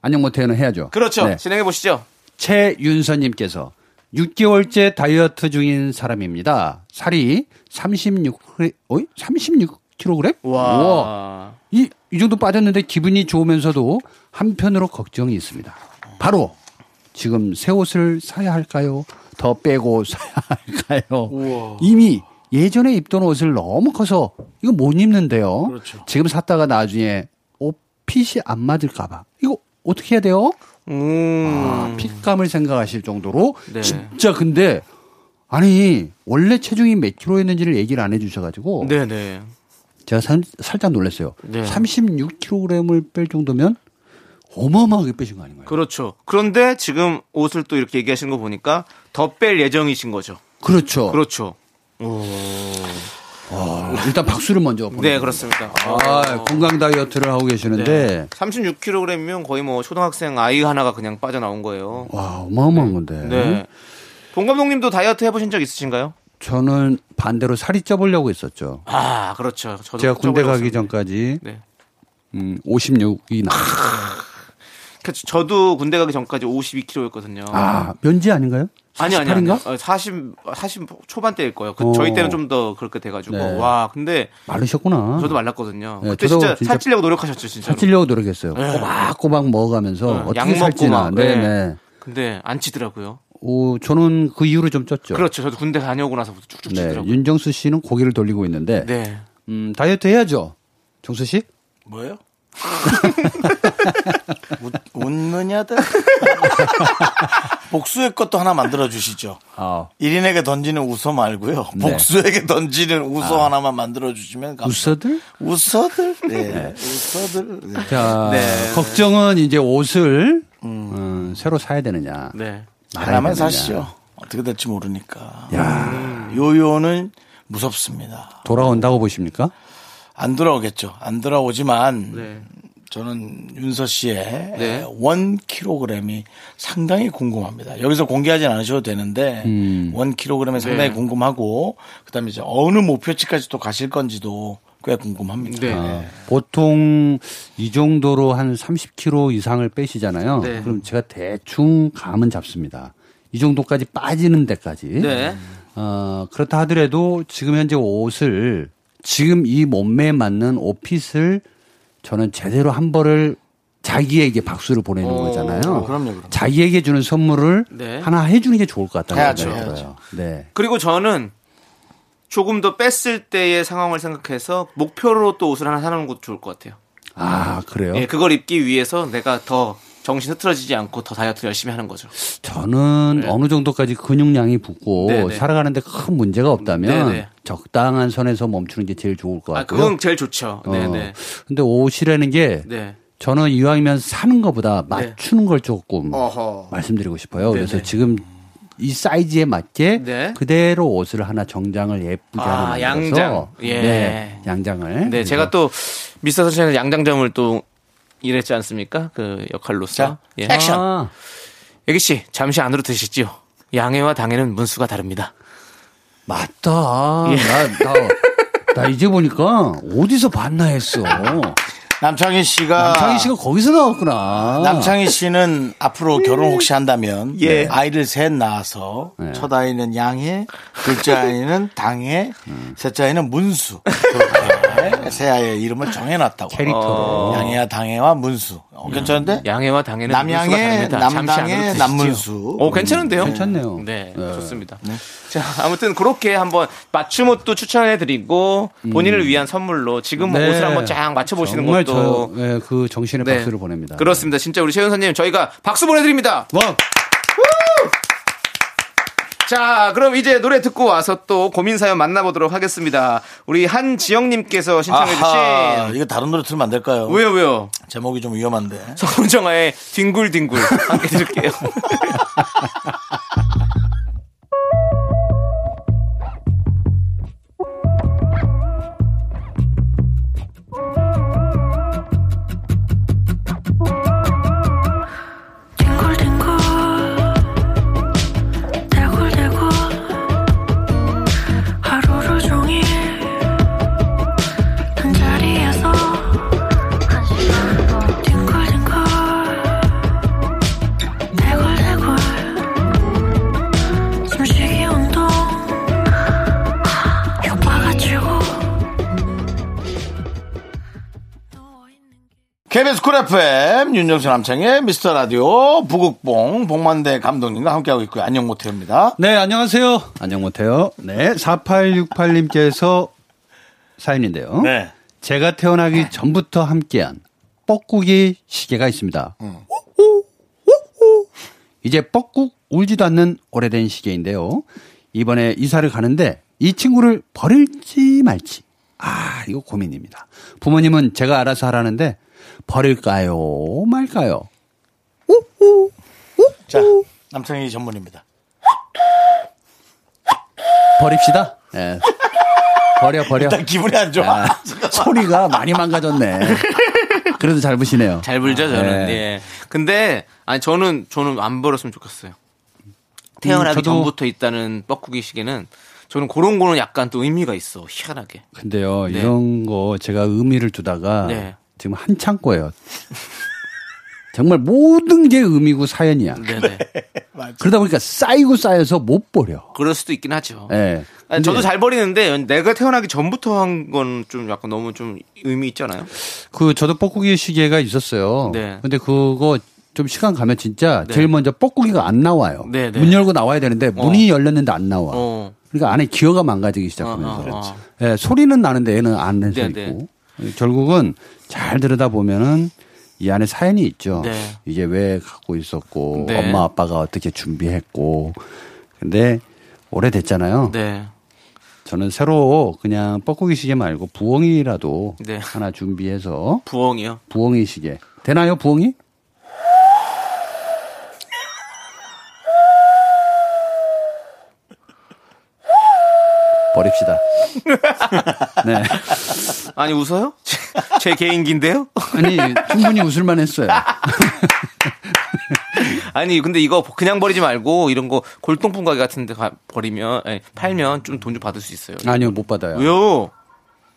[SPEAKER 10] 안녕 뭐 못해요는 해야죠.
[SPEAKER 2] 그렇죠.
[SPEAKER 10] 네.
[SPEAKER 2] 진행해 보시죠.
[SPEAKER 10] 최윤서님께서 6개월째 다이어트 중인 사람입니다. 살이 36, 어이? 36kg?
[SPEAKER 2] 와. 아.
[SPEAKER 10] 이, 이 정도 빠졌는데 기분이 좋으면서도 한편으로 걱정이 있습니다. 바로 지금 새 옷을 사야 할까요? 더 빼고 [laughs] 사야 할까요? 이미 예전에 입던 옷을 너무 커서 이거 못 입는데요. 지금 샀다가 나중에 옷핏이 안 맞을까봐 이거 어떻게 해야 돼요?
[SPEAKER 2] 음.
[SPEAKER 10] 아, 핏감을 생각하실 정도로
[SPEAKER 2] 네.
[SPEAKER 10] 진짜 근데 아니 원래 체중이 몇 킬로였는지를 얘기를 안 해주셔가지고
[SPEAKER 2] 네네.
[SPEAKER 10] 제가 살, 살짝 놀랐어요.
[SPEAKER 2] 네.
[SPEAKER 10] 36kg을 뺄 정도면 어마어마하게 빼신 거 아닌가요?
[SPEAKER 2] 그렇죠. 그런데 지금 옷을 또 이렇게 얘기하시는 거 보니까 더 뺄 예정이신 거죠.
[SPEAKER 10] 그렇죠.
[SPEAKER 2] 그렇죠.
[SPEAKER 10] 와, 일단 박수를 먼저 보내.
[SPEAKER 2] 네, 그렇습니다.
[SPEAKER 10] 아, 건강 다이어트를 하고
[SPEAKER 2] 네.
[SPEAKER 10] 계시는데
[SPEAKER 2] 36kg이면 거의 뭐 초등학생 아이 하나가 그냥 빠져나온 거예요.
[SPEAKER 10] 와, 어마어마한 건데.
[SPEAKER 2] 네. 본 감독님도 다이어트 해보신 적 있으신가요?
[SPEAKER 10] 저는 반대로 살이 쪄보려고 했었죠.
[SPEAKER 2] 아, 그렇죠. 저도
[SPEAKER 10] 제가 군대
[SPEAKER 2] 쪄보려고
[SPEAKER 10] 가기 전까지
[SPEAKER 2] 네.
[SPEAKER 10] 음, 56이 나.
[SPEAKER 2] 그, 저도 군대 가기 전까지 52kg였거든요.
[SPEAKER 10] 아, 면제 아닌가요?
[SPEAKER 2] 아니 아니
[SPEAKER 10] 48인가?
[SPEAKER 2] 아니. 40 40 초반대일 거예요. 그,
[SPEAKER 10] 어.
[SPEAKER 2] 저희 때는 좀 더 그렇게 돼 가지고
[SPEAKER 10] 네.
[SPEAKER 2] 와, 근데
[SPEAKER 10] 마르셨구나.
[SPEAKER 2] 저도 말랐거든요.
[SPEAKER 10] 어? 네,
[SPEAKER 2] 그때
[SPEAKER 10] 저도
[SPEAKER 2] 진짜,
[SPEAKER 10] 진짜
[SPEAKER 2] 살찌려고 노력하셨죠, 진짜.
[SPEAKER 10] 살찌려고 노력했어요.
[SPEAKER 2] 네.
[SPEAKER 10] 꼬박꼬박 먹어가면서 어떻게
[SPEAKER 2] 약 먹고
[SPEAKER 10] 살찌나.
[SPEAKER 2] 막.
[SPEAKER 10] 네,
[SPEAKER 2] 네.
[SPEAKER 10] 네.
[SPEAKER 2] 근데 안 찌더라고요.
[SPEAKER 10] 오, 저는 그 이후로 좀 쪘죠.
[SPEAKER 2] 그렇죠. 저도 군대 다녀오고 나서부터 쭉쭉
[SPEAKER 10] 네,
[SPEAKER 2] 찌더라고요.
[SPEAKER 10] 윤정수 씨는 고개를 돌리고 있는데
[SPEAKER 2] 네.
[SPEAKER 10] 음, 다이어트 해야죠. 정수 씨?
[SPEAKER 1] 뭐예요? 웃느냐들 복수의 것도 하나 만들어 주시죠.
[SPEAKER 10] 아,
[SPEAKER 1] 일인에게 던지는 웃어 말고요.
[SPEAKER 10] 네.
[SPEAKER 1] 복수에게 던지는 웃어
[SPEAKER 10] 아.
[SPEAKER 1] 하나만 만들어 주시면 감사합니다.
[SPEAKER 10] 웃어들?
[SPEAKER 1] 웃어들?
[SPEAKER 10] 네.
[SPEAKER 1] 네. 웃어들. 네.
[SPEAKER 10] 자,
[SPEAKER 1] 네.
[SPEAKER 10] 걱정은 이제 옷을 음, 새로 사야 되느냐.
[SPEAKER 2] 네.
[SPEAKER 10] 말아야
[SPEAKER 1] 하나만
[SPEAKER 10] 되느냐.
[SPEAKER 1] 사시죠. 어떻게 될지 모르니까. 음. 요요는 무섭습니다.
[SPEAKER 10] 돌아온다고 보십니까?
[SPEAKER 1] 안 돌아오겠죠. 안 돌아오지만
[SPEAKER 2] 네.
[SPEAKER 1] 저는 윤서 씨의 원 킬로그램이 상당히 궁금합니다. 여기서 공개하진 않으셔도 되는데
[SPEAKER 10] 음.
[SPEAKER 1] 원 킬로그램이 상당히
[SPEAKER 2] 네.
[SPEAKER 1] 궁금하고 그다음에 이제 어느 목표치까지 또 가실 건지도 꽤 궁금합니다.
[SPEAKER 2] 네.
[SPEAKER 10] 아, 보통 이 정도로 한 30kg 이상을 빼시잖아요.
[SPEAKER 1] 네.
[SPEAKER 10] 그럼 제가 대충 감은 잡습니다. 이 정도까지 빠지는 데까지.
[SPEAKER 2] 네.
[SPEAKER 10] 어, 그렇다 하더라도 지금 현재 옷을 지금 이 몸매에 맞는 옷핏을 저는 제대로 한 벌을 자기에게 박수를 보내는
[SPEAKER 1] 어,
[SPEAKER 10] 거잖아요.
[SPEAKER 1] 그럼요, 그럼요.
[SPEAKER 10] 자기에게 주는 선물을
[SPEAKER 2] 네.
[SPEAKER 10] 하나 해주는 게 좋을 것 같다는
[SPEAKER 2] 해야죠,
[SPEAKER 10] 생각이
[SPEAKER 2] 해야죠.
[SPEAKER 10] 들어요. 네.
[SPEAKER 2] 그리고 저는 조금 더 뺐을 때의 상황을 생각해서 목표로 또 옷을 하나 사놓는 것도 좋을 것 같아요.
[SPEAKER 10] 아, 그래요?
[SPEAKER 2] 예, 그걸 입기 위해서 내가 더 정신 흐트러지지 않고 더 다이어트 열심히 하는 거죠.
[SPEAKER 10] 저는 어느 정도까지 근육량이 붙고
[SPEAKER 2] 네, 네.
[SPEAKER 10] 살아가는데 큰 문제가 없다면
[SPEAKER 2] 네, 네.
[SPEAKER 10] 적당한 선에서 멈추는 게 제일 좋을 것
[SPEAKER 2] 아,
[SPEAKER 10] 같고요. 어.
[SPEAKER 2] 그건 제일 좋죠. 네, 네.
[SPEAKER 10] 근데 옷이라는 게
[SPEAKER 2] 네.
[SPEAKER 10] 저는 이왕이면 사는 것보다 맞추는 걸 조금
[SPEAKER 2] 어허.
[SPEAKER 10] 말씀드리고 싶어요.
[SPEAKER 2] 네네.
[SPEAKER 10] 그래서 지금 이 사이즈에 맞게
[SPEAKER 2] 네.
[SPEAKER 10] 그대로 옷을 하나 정장을 예쁘게
[SPEAKER 2] 아,
[SPEAKER 10] 하나
[SPEAKER 2] 양장.
[SPEAKER 10] 만들어서
[SPEAKER 2] 예.
[SPEAKER 10] 네, 양장을
[SPEAKER 2] 네, 제가 또 미스터 선샤인의 양장점을 또 일했지 않습니까? 그 역할로서. 예.
[SPEAKER 10] 액션.
[SPEAKER 2] 애기 씨, 잠시 안으로 드시지요. 양해와 당해는 문수가 다릅니다.
[SPEAKER 10] 맞다.
[SPEAKER 2] 예.
[SPEAKER 10] 나, 나, 나 이제 보니까 어디서 봤나 했어.
[SPEAKER 2] 아.
[SPEAKER 1] 남창희 씨가
[SPEAKER 10] 남창희 씨가 거기서 나왔구나.
[SPEAKER 1] 남창희 씨는 앞으로 결혼 혹시 한다면
[SPEAKER 10] 어. 예.
[SPEAKER 1] 네, 아이를 셋 낳아서
[SPEAKER 2] 네.
[SPEAKER 1] 첫 아이는 양해, 둘째 아이는 당해,
[SPEAKER 2] 음.
[SPEAKER 1] 셋째 아이는 문수. 그렇게 새 아이의 이름을 정해놨다고. 어.
[SPEAKER 10] 캐릭터로.
[SPEAKER 1] 양해와 당해와 문수. 어, 괜찮은데?
[SPEAKER 2] 양해와 당해는 음. 문수가
[SPEAKER 1] 남양의
[SPEAKER 2] 다릅니다. 잠시 안으로
[SPEAKER 1] 남당의
[SPEAKER 2] 드시지요.
[SPEAKER 1] 남문수.
[SPEAKER 2] 오, 괜찮은데요?
[SPEAKER 10] 음, 괜찮네요.
[SPEAKER 2] 네, 좋습니다. 자, 아무튼 그렇게 한번 맞춤 옷도 추천해드리고 본인을 위한 선물로 지금 뭐
[SPEAKER 10] 네.
[SPEAKER 2] 옷을 한번 쫙 맞춰보시는
[SPEAKER 10] 정말
[SPEAKER 2] 것도
[SPEAKER 10] 저, 예, 그 정신의
[SPEAKER 2] 네.
[SPEAKER 10] 박수를 보냅니다.
[SPEAKER 2] 그렇습니다. 진짜 우리 최윤선님 저희가 박수 보내드립니다.
[SPEAKER 10] 와.
[SPEAKER 2] 자, 그럼 이제 노래 듣고 와서 또 고민 사연 만나보도록 하겠습니다. 우리 한지영님께서
[SPEAKER 1] 아하,
[SPEAKER 2] 신청해주신
[SPEAKER 1] 이거 다른 노래 틀면 안 될까요?
[SPEAKER 2] 왜요, 왜요?
[SPEAKER 1] 제목이 좀 위험한데.
[SPEAKER 2] 성훈정아의 뒹굴뒹굴 함께 들을게요.
[SPEAKER 6] 댕굴댕굴 대굴대굴 하루를 종일 한 자리에서 댕굴댕굴 대굴대굴 숨쉬기 운동 효과가 치고
[SPEAKER 1] KBS 쿨 FM 윤정수 남창의 미스터 라디오 부국봉 복만대 감독님과 함께하고 있고요. 안녕 모태입니다.
[SPEAKER 10] 네, 안녕하세요. 안녕 못해요. 네, 4868님께서 사연인데요.
[SPEAKER 1] 네.
[SPEAKER 10] 제가 태어나기 전부터 함께한 뻐꾸기 시계가 있습니다.
[SPEAKER 1] 어.
[SPEAKER 10] 이제 뻐꾹 울지도 않는 오래된 시계인데요. 이번에 이사를 가는데 이 친구를 버릴지 말지. 아, 이거 고민입니다. 부모님은 제가 알아서 하라는데 버릴까요, 말까요?
[SPEAKER 1] 자, 남창희 전문입니다.
[SPEAKER 10] 버립시다. 예. 버려, 버려.
[SPEAKER 1] 일단 기분이 안 좋아.
[SPEAKER 10] 아, 소리가 많이 망가졌네. 그래도 잘 보시네요.
[SPEAKER 2] [laughs] 잘 불죠, 저는.
[SPEAKER 10] 네.
[SPEAKER 2] 예. 근데, 아니, 저는, 저는 안 벌었으면 좋겠어요. 태어나기
[SPEAKER 10] 저도-
[SPEAKER 2] 전부터 있다는 뻐꾸기 시계는 저는 그런 거는 약간 또 의미가 있어. 희한하게.
[SPEAKER 10] 근데요,
[SPEAKER 2] 네.
[SPEAKER 10] 이런 거 제가 의미를 두다가
[SPEAKER 2] 네.
[SPEAKER 10] 지금 한창 거예요. [laughs] 정말 모든 게 의미고 사연이야.
[SPEAKER 2] 네네.
[SPEAKER 10] 그러다 보니까 쌓이고 쌓여서 못 버려.
[SPEAKER 2] 그럴 수도 있긴 하죠.
[SPEAKER 10] 예.
[SPEAKER 2] 어. 아니, 저도
[SPEAKER 10] 근데
[SPEAKER 2] 잘 버리는데 내가 태어나기 전부터 한 건 좀 약간 너무 좀 의미 있잖아요.
[SPEAKER 10] 그 저도 뻐꾸기 시계가 있었어요.
[SPEAKER 2] 네.
[SPEAKER 10] 근데 그거 좀 시간 가면 진짜
[SPEAKER 2] 네.
[SPEAKER 10] 제일 먼저 뻐꾸기가 안 나와요.
[SPEAKER 2] 네, 네.
[SPEAKER 10] 문 열고 나와야 되는데 문이 열렸는데 안 나와.
[SPEAKER 2] 어.
[SPEAKER 10] 그러니까 안에 기어가 망가지기 시작하면서
[SPEAKER 2] 어, 어, 어.
[SPEAKER 10] 예, 소리는 나는데 얘는 안 해서
[SPEAKER 2] 네,
[SPEAKER 10] 있고 결국은 잘 들여다 보면은 이 안에 사연이 있죠.
[SPEAKER 2] 네.
[SPEAKER 10] 이게 왜 갖고 있었고
[SPEAKER 2] 네.
[SPEAKER 10] 엄마 아빠가 어떻게 준비했고 근데 오래됐잖아요.
[SPEAKER 2] 네.
[SPEAKER 10] 저는 새로 그냥 뻐꾸기 시계 말고 부엉이라도
[SPEAKER 2] 네.
[SPEAKER 10] 하나 준비해서
[SPEAKER 2] 부엉이요.
[SPEAKER 10] 부엉이 시계 되나요 부엉이? 버립시다. 네.
[SPEAKER 2] 아니 웃어요? 제, 제 개인기인데요? [laughs]
[SPEAKER 10] 아니 충분히 웃을만 했어요.
[SPEAKER 2] 아니 근데 이거 그냥 버리지 말고 이런 거 골동품 예, 가게 같은 데 가- 버리면 아니, 팔면 좀 돈 좀 받을 수 있어요.
[SPEAKER 10] 아니요 못 받아요.
[SPEAKER 2] 왜요?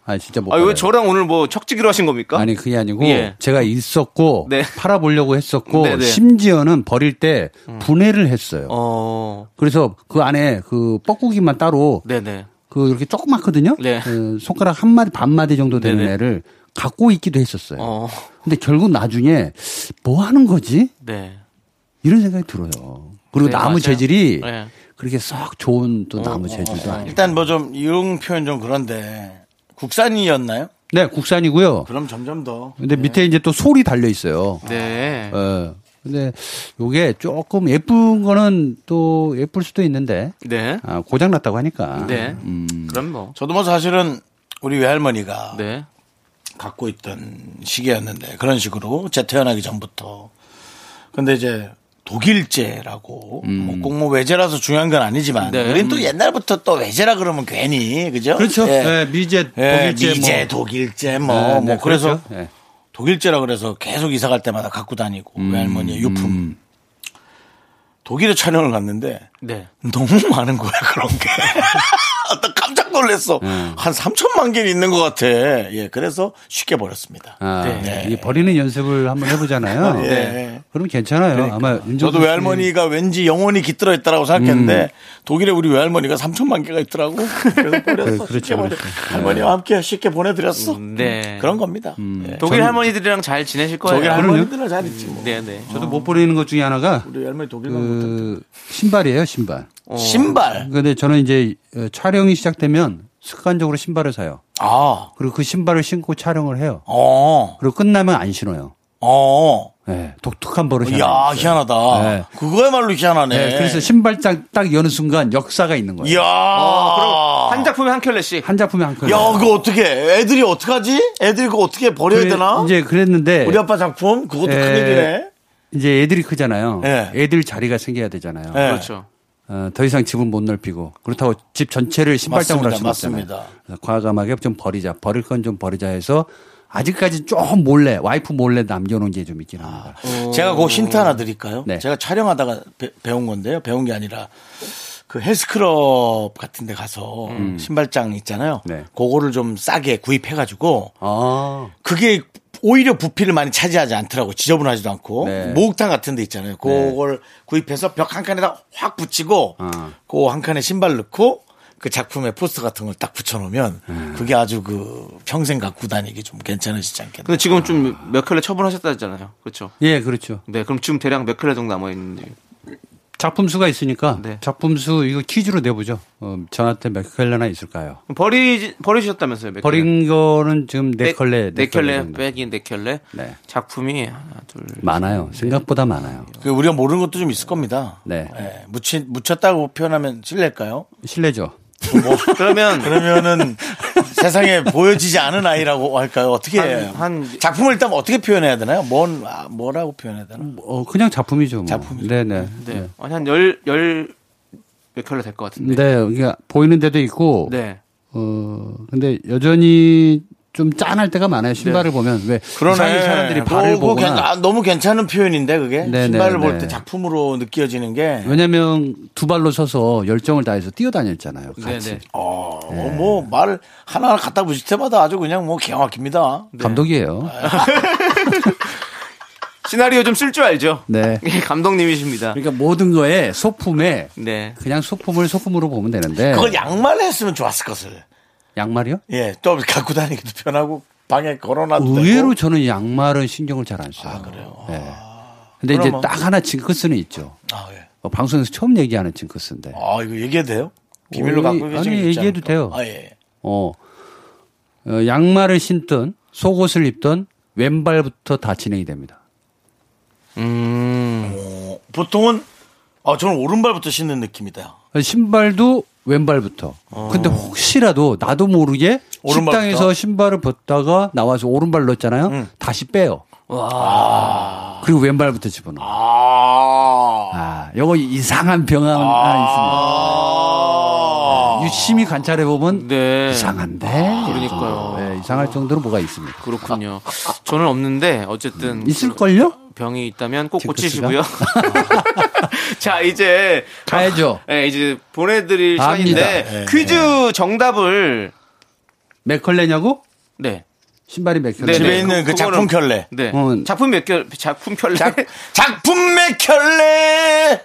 [SPEAKER 10] 아니 진짜 못.
[SPEAKER 2] 아, 왜
[SPEAKER 10] 팔아요.
[SPEAKER 2] 저랑 오늘 뭐 척지기로 하신 겁니까?
[SPEAKER 10] 아니 그게 아니고
[SPEAKER 2] 예.
[SPEAKER 10] 제가 있었고 팔아보려고 했었고
[SPEAKER 2] 네, 음. 네.
[SPEAKER 10] 심지어는 버릴 때 분해를 했어요. 그래서 그 안에 그 뻐꾸기만 따로
[SPEAKER 2] 네네.
[SPEAKER 10] 그 이렇게 조그맣거든요. 그 손가락 한 마디 반 마디 정도 되는
[SPEAKER 2] 네. 네네.
[SPEAKER 10] 애를 갖고 있기도 했었어요. 근데 결국 나중에 뭐 하는 거지?
[SPEAKER 2] 네.
[SPEAKER 10] 이런 생각이 들어요. 그리고
[SPEAKER 1] 네,
[SPEAKER 10] 나무
[SPEAKER 1] 맞아요.
[SPEAKER 10] 재질이
[SPEAKER 1] 네. 어,
[SPEAKER 10] 그렇게 썩 좋은 또 나무 재질도 아니고.
[SPEAKER 1] 일단 뭐 좀 이런 표현 좀 그런데 국산이었나요?
[SPEAKER 10] 네, 국산이고요.
[SPEAKER 1] 그럼 점점 더
[SPEAKER 10] 근데 밑에 이제 또 솔이 달려 있어요.
[SPEAKER 2] 네.
[SPEAKER 10] 어. 근데 요게 조금 예쁜 거는 또 예쁠 수도 있는데.
[SPEAKER 2] 네.
[SPEAKER 10] 아, 고장 났다고 하니까.
[SPEAKER 2] 네. 그럼 뭐.
[SPEAKER 1] 저도 뭐 사실은 우리 외할머니가
[SPEAKER 2] 네.
[SPEAKER 1] 갖고 있던 시기였는데 그런 식으로 제 태어나기 전부터 근데 이제 독일제라고 뭐 꼭 뭐 외제라서 중요한 건 아니지만
[SPEAKER 10] 음. 네.
[SPEAKER 1] 우린 또
[SPEAKER 10] 음.
[SPEAKER 1] 옛날부터 또 외제라 그러면 괜히 그죠?
[SPEAKER 10] 그렇죠.
[SPEAKER 1] 예.
[SPEAKER 10] 네, 미제,
[SPEAKER 1] 예,
[SPEAKER 10] 독일제
[SPEAKER 1] 미제,
[SPEAKER 10] 뭐.
[SPEAKER 1] 독일제 뭐,
[SPEAKER 10] 네, 네,
[SPEAKER 1] 뭐 그래서
[SPEAKER 10] 그렇죠. 예.
[SPEAKER 1] 독일제라 그래서 계속 이사 갈 때마다 갖고 다니고 그 외할머니의 유품 독일에 촬영을 갔는데
[SPEAKER 2] 네.
[SPEAKER 1] 너무 많은 거야 그런 게. [laughs] 나 깜짝 놀랐어. 한 3천만 개는 있는 것 같아. 예, 그래서 쉽게 버렸습니다.
[SPEAKER 10] 아,
[SPEAKER 1] 네.
[SPEAKER 10] 이게 버리는 연습을 한번 해보잖아요.
[SPEAKER 1] 예. 네.
[SPEAKER 10] 그럼 괜찮아요. 아마 윤정수
[SPEAKER 1] 저도
[SPEAKER 10] 씨-
[SPEAKER 1] 외할머니가 왠지 영혼이 깃들어 있다라고 생각했는데 독일에 우리 외할머니가 3천만 개가 있더라고. 그래서 버렸어. 쉽게 버려. 할머니와 함께 쉽게 보내드렸어.
[SPEAKER 2] 네.
[SPEAKER 1] 그런 겁니다. 예.
[SPEAKER 2] 독일
[SPEAKER 10] 저는-
[SPEAKER 2] 할머니들이랑 잘 지내실 거예요.
[SPEAKER 10] 독일 할머니들은
[SPEAKER 1] 잘 있지 뭐.
[SPEAKER 2] 아, 네, 네.
[SPEAKER 10] 저도 못 버리는 것 중에 하나가
[SPEAKER 1] 우리 할머니 독일
[SPEAKER 10] 그 신발이에요, 신발.
[SPEAKER 1] 신발?
[SPEAKER 10] 근데 저는 이제 어, 촬영이 시작되면 습관적으로 신발을 사요.
[SPEAKER 1] 아.
[SPEAKER 10] 그리고 그 신발을 신고 촬영을 해요.
[SPEAKER 1] 어.
[SPEAKER 10] 그리고 끝나면 안 신어요.
[SPEAKER 1] 어.
[SPEAKER 10] 네, 독특한 버릇이
[SPEAKER 1] 이야,
[SPEAKER 10] 하나 있어요.
[SPEAKER 1] 희한하다.
[SPEAKER 10] 네.
[SPEAKER 1] 그거야말로 희한하네.
[SPEAKER 10] 네, 그래서 신발장 딱 여는 순간 역사가 있는 거예요.
[SPEAKER 1] 이야.
[SPEAKER 2] 어, 그럼 한 작품에 한 켤레씩.
[SPEAKER 10] 한 작품에 한 켤레.
[SPEAKER 1] 야, 그거 어떻게 애들이 어떡하지? 애들이 그거 어떻게 버려야
[SPEAKER 10] 그래,
[SPEAKER 1] 되나?
[SPEAKER 10] 이제 그랬는데
[SPEAKER 1] 우리 아빠 작품? 그것도
[SPEAKER 10] 예,
[SPEAKER 1] 큰일이네.
[SPEAKER 10] 이제 애들이 크잖아요. 애들 자리가 생겨야 되잖아요.
[SPEAKER 1] 예. 그렇죠.
[SPEAKER 10] 어, 더 이상 집을 못 넓히고 그렇다고 집 전체를 신발장으로 할 수는
[SPEAKER 1] 맞습니다,
[SPEAKER 10] 없잖아요. 그래서 과감하게 좀 버리자, 버릴 건 좀 버리자 해서 아직까지 좀 몰래 와이프 몰래 남겨놓은 게 좀 있긴 합니다.
[SPEAKER 1] 제가 그 힌트 하나 드릴까요?
[SPEAKER 10] 네.
[SPEAKER 1] 제가 촬영하다가 배, 운 건데요. 배운 게 아니라 그 헬스클럽 같은 데 가서
[SPEAKER 10] 음.
[SPEAKER 1] 신발장 있잖아요. 그거를 좀 싸게 구입해 가지고
[SPEAKER 10] 아.
[SPEAKER 1] 그게 오히려 부피를 많이 차지하지 않더라고 지저분하지도 않고 목욕탕 같은 데 있잖아요. 그걸 구입해서 벽 한 칸에다 확 붙이고 그 한 칸에 신발 넣고 그 작품에 포스터 같은 걸 딱 붙여놓으면 그게 아주 그 평생 갖고 다니기 좀 괜찮으시지 않겠나.
[SPEAKER 2] 근데 지금 좀 몇 켤레 처분하셨다 했잖아요. 그렇죠.
[SPEAKER 10] 예, 그렇죠.
[SPEAKER 2] 네, 그럼 지금 대략 몇 켤레 정도 남아 있는지.
[SPEAKER 10] 작품 수가 있으니까 작품 수 이거 퀴즈로 내보죠. 어, 저한테 몇 켤레나 있을까요?
[SPEAKER 2] 버리 버리셨다면서요? 몇 켤레?
[SPEAKER 10] 버린 거는 지금 네 켤레,
[SPEAKER 2] 네 켤레
[SPEAKER 10] 정도.
[SPEAKER 2] 빼긴 네 켤레. 작품이 하나 둘.
[SPEAKER 10] 많아요. 생각보다 많아요.
[SPEAKER 1] 그 우리가 모르는 것도 좀 있을 겁니다.
[SPEAKER 10] 네.
[SPEAKER 1] 예, 묻힌, 묻혔다고 표현하면 실례일까요?
[SPEAKER 10] 실례죠.
[SPEAKER 1] 뭐,
[SPEAKER 10] [laughs]
[SPEAKER 2] 그러면
[SPEAKER 1] 그러면은 [laughs] 세상에 보여지지 않은 아이라고 할까요? 어떻게
[SPEAKER 10] 한-
[SPEAKER 1] 해요? 작품을 일단 어떻게 표현해야 되나요? 뭔 아, 뭐라고 표현해야 되나?
[SPEAKER 10] 어, 그냥 작품이죠. 뭐. 작품이죠. 네네.
[SPEAKER 2] 네. 아니 한열열몇 켤레 될 것 같은데.
[SPEAKER 10] 네, 그러니까 보이는 데도 있고.
[SPEAKER 2] 네.
[SPEAKER 10] 어, 근데 여전히 좀 짠할 때가 많아요. 신발을 보면 왜
[SPEAKER 1] 그러네.
[SPEAKER 10] 이상하게 사람들이 발을
[SPEAKER 1] 그거 괜-
[SPEAKER 10] 보거나.
[SPEAKER 1] 아, 너무 괜찮은 표현인데 그게
[SPEAKER 10] 네네,
[SPEAKER 1] 신발을 볼
[SPEAKER 10] 네.
[SPEAKER 1] 때 작품으로 느껴지는 게
[SPEAKER 10] 왜냐면 두 발로 서서 열정을 다해서 뛰어다녔잖아요.
[SPEAKER 2] 네,
[SPEAKER 10] 같이.
[SPEAKER 1] 어,
[SPEAKER 10] 네.
[SPEAKER 1] 뭐말 하나하나 갖다 붙일 때마다 아주 그냥 뭐 기가 막힙니다.
[SPEAKER 10] 감독이에요.
[SPEAKER 2] 시나리오 좀 쓸 줄 알죠?
[SPEAKER 10] 네.
[SPEAKER 2] 예, 감독님이십니다.
[SPEAKER 10] 그러니까 모든 거에 소품에
[SPEAKER 2] 네.
[SPEAKER 10] 그냥 소품을 소품으로 보면 되는데.
[SPEAKER 1] 그걸 양말 했으면 좋았을 것을.
[SPEAKER 10] 양말이요?
[SPEAKER 1] 예, 또 갖고 다니기도 편하고 방에 걸어놔도
[SPEAKER 10] 의외로 저는 양말은 신경을 잘 안 써요. 아, 그래요? 근데 이제
[SPEAKER 1] 그러면-
[SPEAKER 10] 딱 하나 징크스는 있죠.
[SPEAKER 1] 아, 예.
[SPEAKER 10] 어, 방송에서 처음 얘기하는 징크스인데.
[SPEAKER 1] 아, 이거 얘기해도 돼요? 비밀로 갖고 계신
[SPEAKER 10] 아니,
[SPEAKER 1] 게 있지
[SPEAKER 10] 얘기해도
[SPEAKER 1] 않을까?
[SPEAKER 10] 돼요.
[SPEAKER 1] 아, 예.
[SPEAKER 10] 어, 어, 양말을 신던 속옷을 입던 왼발부터 다 진행이 됩니다.
[SPEAKER 1] 어, 보통은 아, 저는 오른발부터 신는 느낌이다.
[SPEAKER 10] 신발도 왼발부터. 근데 혹시라도 나도 모르게
[SPEAKER 1] 어. 오른발부터?
[SPEAKER 10] 식당에서 신발을 벗다가 나와서 오른발 넣었잖아요.
[SPEAKER 1] 음.
[SPEAKER 10] 다시 빼요. 아. 그리고 왼발부터 집어넣어. 아, 요거 이상한 병
[SPEAKER 1] 아.
[SPEAKER 10] 하나 있습니다. 네. 유심히 관찰해
[SPEAKER 1] 네.
[SPEAKER 10] 보면
[SPEAKER 2] 네,
[SPEAKER 10] 이상한데.
[SPEAKER 2] 그러니까요.
[SPEAKER 10] 네, 이상할 정도로 뭐가 있습니다.
[SPEAKER 2] 그렇군요. 저는 없는데 어쨌든
[SPEAKER 10] 음,
[SPEAKER 2] 그
[SPEAKER 10] 있을걸요?
[SPEAKER 2] 병이 있다면 꼭
[SPEAKER 10] [laughs]
[SPEAKER 2] 고치시고요. 자 이제
[SPEAKER 1] 아.
[SPEAKER 10] 가야죠.
[SPEAKER 2] 네, 이제 보내드릴
[SPEAKER 10] 갑니다.
[SPEAKER 2] 시간인데
[SPEAKER 10] 네,
[SPEAKER 2] 퀴즈 정답을
[SPEAKER 10] 맥컬레냐고?
[SPEAKER 2] 네.
[SPEAKER 10] 신발이 맥컬레. 네.
[SPEAKER 1] 집에 있는 그, 작품 켤레.
[SPEAKER 2] 네.
[SPEAKER 10] 어.
[SPEAKER 2] 작품 몇 켤, 작품 켤레.
[SPEAKER 1] 작품 맥 켤레!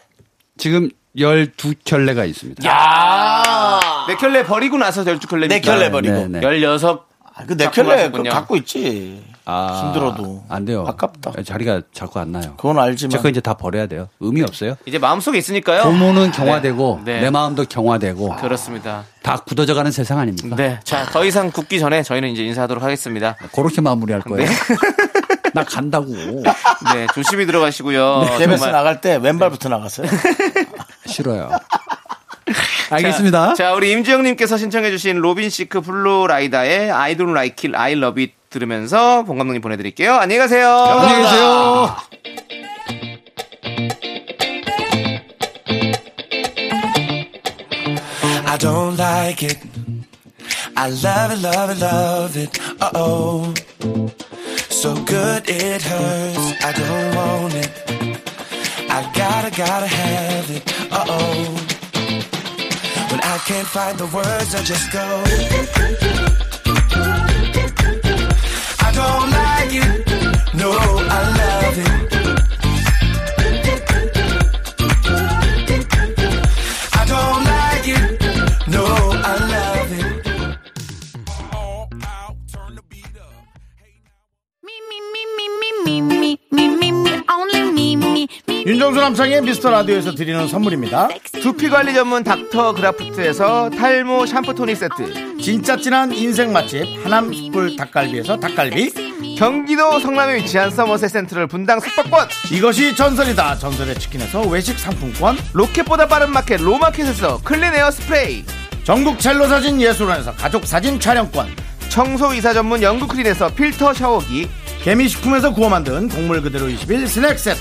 [SPEAKER 10] 지금 12켤레가 있습니다.
[SPEAKER 2] 야. 네 켤레 버리고 나서 열두 켤레.
[SPEAKER 1] 네 켤레 버리고. 아,
[SPEAKER 2] 열여섯.
[SPEAKER 1] 그네 켤레 그거 갖고 있지. 힘들어도.
[SPEAKER 10] 아, 안 돼요. 아깝다. 자리가 자꾸 안 나요.
[SPEAKER 1] 그건 알지만.
[SPEAKER 10] 제거 이제 다 버려야 돼요. 의미 없어요.
[SPEAKER 2] 이제 마음속에 있으니까요.
[SPEAKER 10] 고모는 경화되고
[SPEAKER 2] 네. 네.
[SPEAKER 10] 내 마음도 경화되고
[SPEAKER 2] 그렇습니다.
[SPEAKER 10] 다 굳어져가는 세상 아닙니까?
[SPEAKER 2] 네. 자, 더 이상 굳기 전에 저희는 이제 인사하도록 하겠습니다.
[SPEAKER 10] 그렇게 마무리할 거예요.
[SPEAKER 2] 네.
[SPEAKER 10] 나 간다고.
[SPEAKER 2] 네, 조심히 들어가시고요.
[SPEAKER 1] 네, KBS 나갈 때
[SPEAKER 12] [laughs]
[SPEAKER 1] 왼발부터 나갔어요.
[SPEAKER 10] 싫어요.
[SPEAKER 2] 자,
[SPEAKER 10] 알겠습니다.
[SPEAKER 2] 자, 우리 임지영님께서 신청해주신 로빈 시크 블루 라이다의 I don't like it, I love it 들으면서 봉 감독님 보내드릴게요. 안녕히 가세요.
[SPEAKER 10] 안녕히 계세요.
[SPEAKER 12] I don't like it. I love it, love it, love it. Uh oh. So good it hurts. I don't want it. I gotta, gotta have it. Uh oh. When I can't find the words, I just go. I don't like it. No, I love it. I don't like it. No, I love it.
[SPEAKER 4] me, me, me, me, me, only me, me, me.
[SPEAKER 1] 윤정수 남창의 미스터 라디오에서 드리는 선물입니다.
[SPEAKER 2] 두피 관리 전문 닥터 그라프트에서 탈모 샴푸 토닉 세트.
[SPEAKER 1] 진짜 진한 인생 맛집 하남 숯불 닭갈비에서 닭갈비.
[SPEAKER 2] 경기도 성남에 위치한 서머셋 센트럴 분당 숙박권.
[SPEAKER 1] 이것이 전설이다. 전설의 치킨에서 외식 상품권.
[SPEAKER 2] 로켓보다 빠른 마켓 로마켓에서 클린 에어 스프레이.
[SPEAKER 1] 전국 첼로 사진 예술원에서 가족 사진 촬영권.
[SPEAKER 2] 청소 이사 전문 영국 크린에서 필터 샤워기.
[SPEAKER 1] 개미식품에서 구워 만든 곡물 그대로 21 스낵 세트.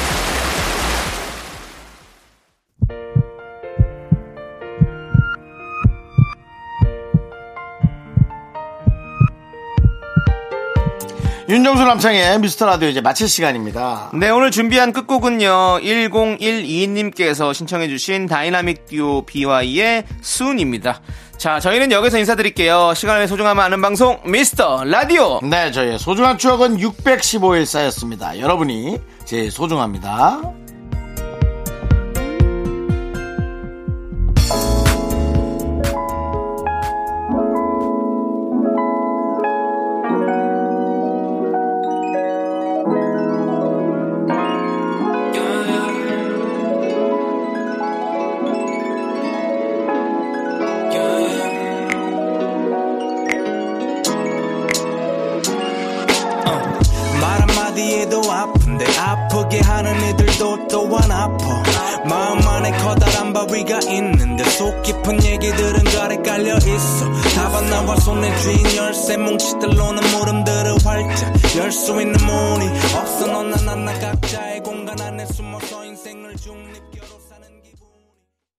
[SPEAKER 1] 윤정수 남창의 미스터 라디오 이제 마칠 시간입니다.
[SPEAKER 2] 네, 오늘 준비한 끝곡은요. 1012님께서 신청해주신 다이나믹 듀오 BY의 순입니다. 자, 저희는 여기서 인사드릴게요. 시간의 소중함을 아는 방송, 미스터 라디오!
[SPEAKER 1] 네, 저희의 소중한 추억은 615일 쌓였습니다. 여러분이 제일 소중합니다.
[SPEAKER 12] 말 한마디에도 아픈데 아프게 하는 애들도 또한 아파 마음 안에 커다란 바위가 있는데 속 깊은 얘기들은 가래 깔려 있어 다반 나와 손에 쥔 열쇠 뭉치들로는 물음들을 활짝 열 수 있는 문이 없어 너나 나나 각자의 공간 안에 숨어서 인생을 중립 껴로 사는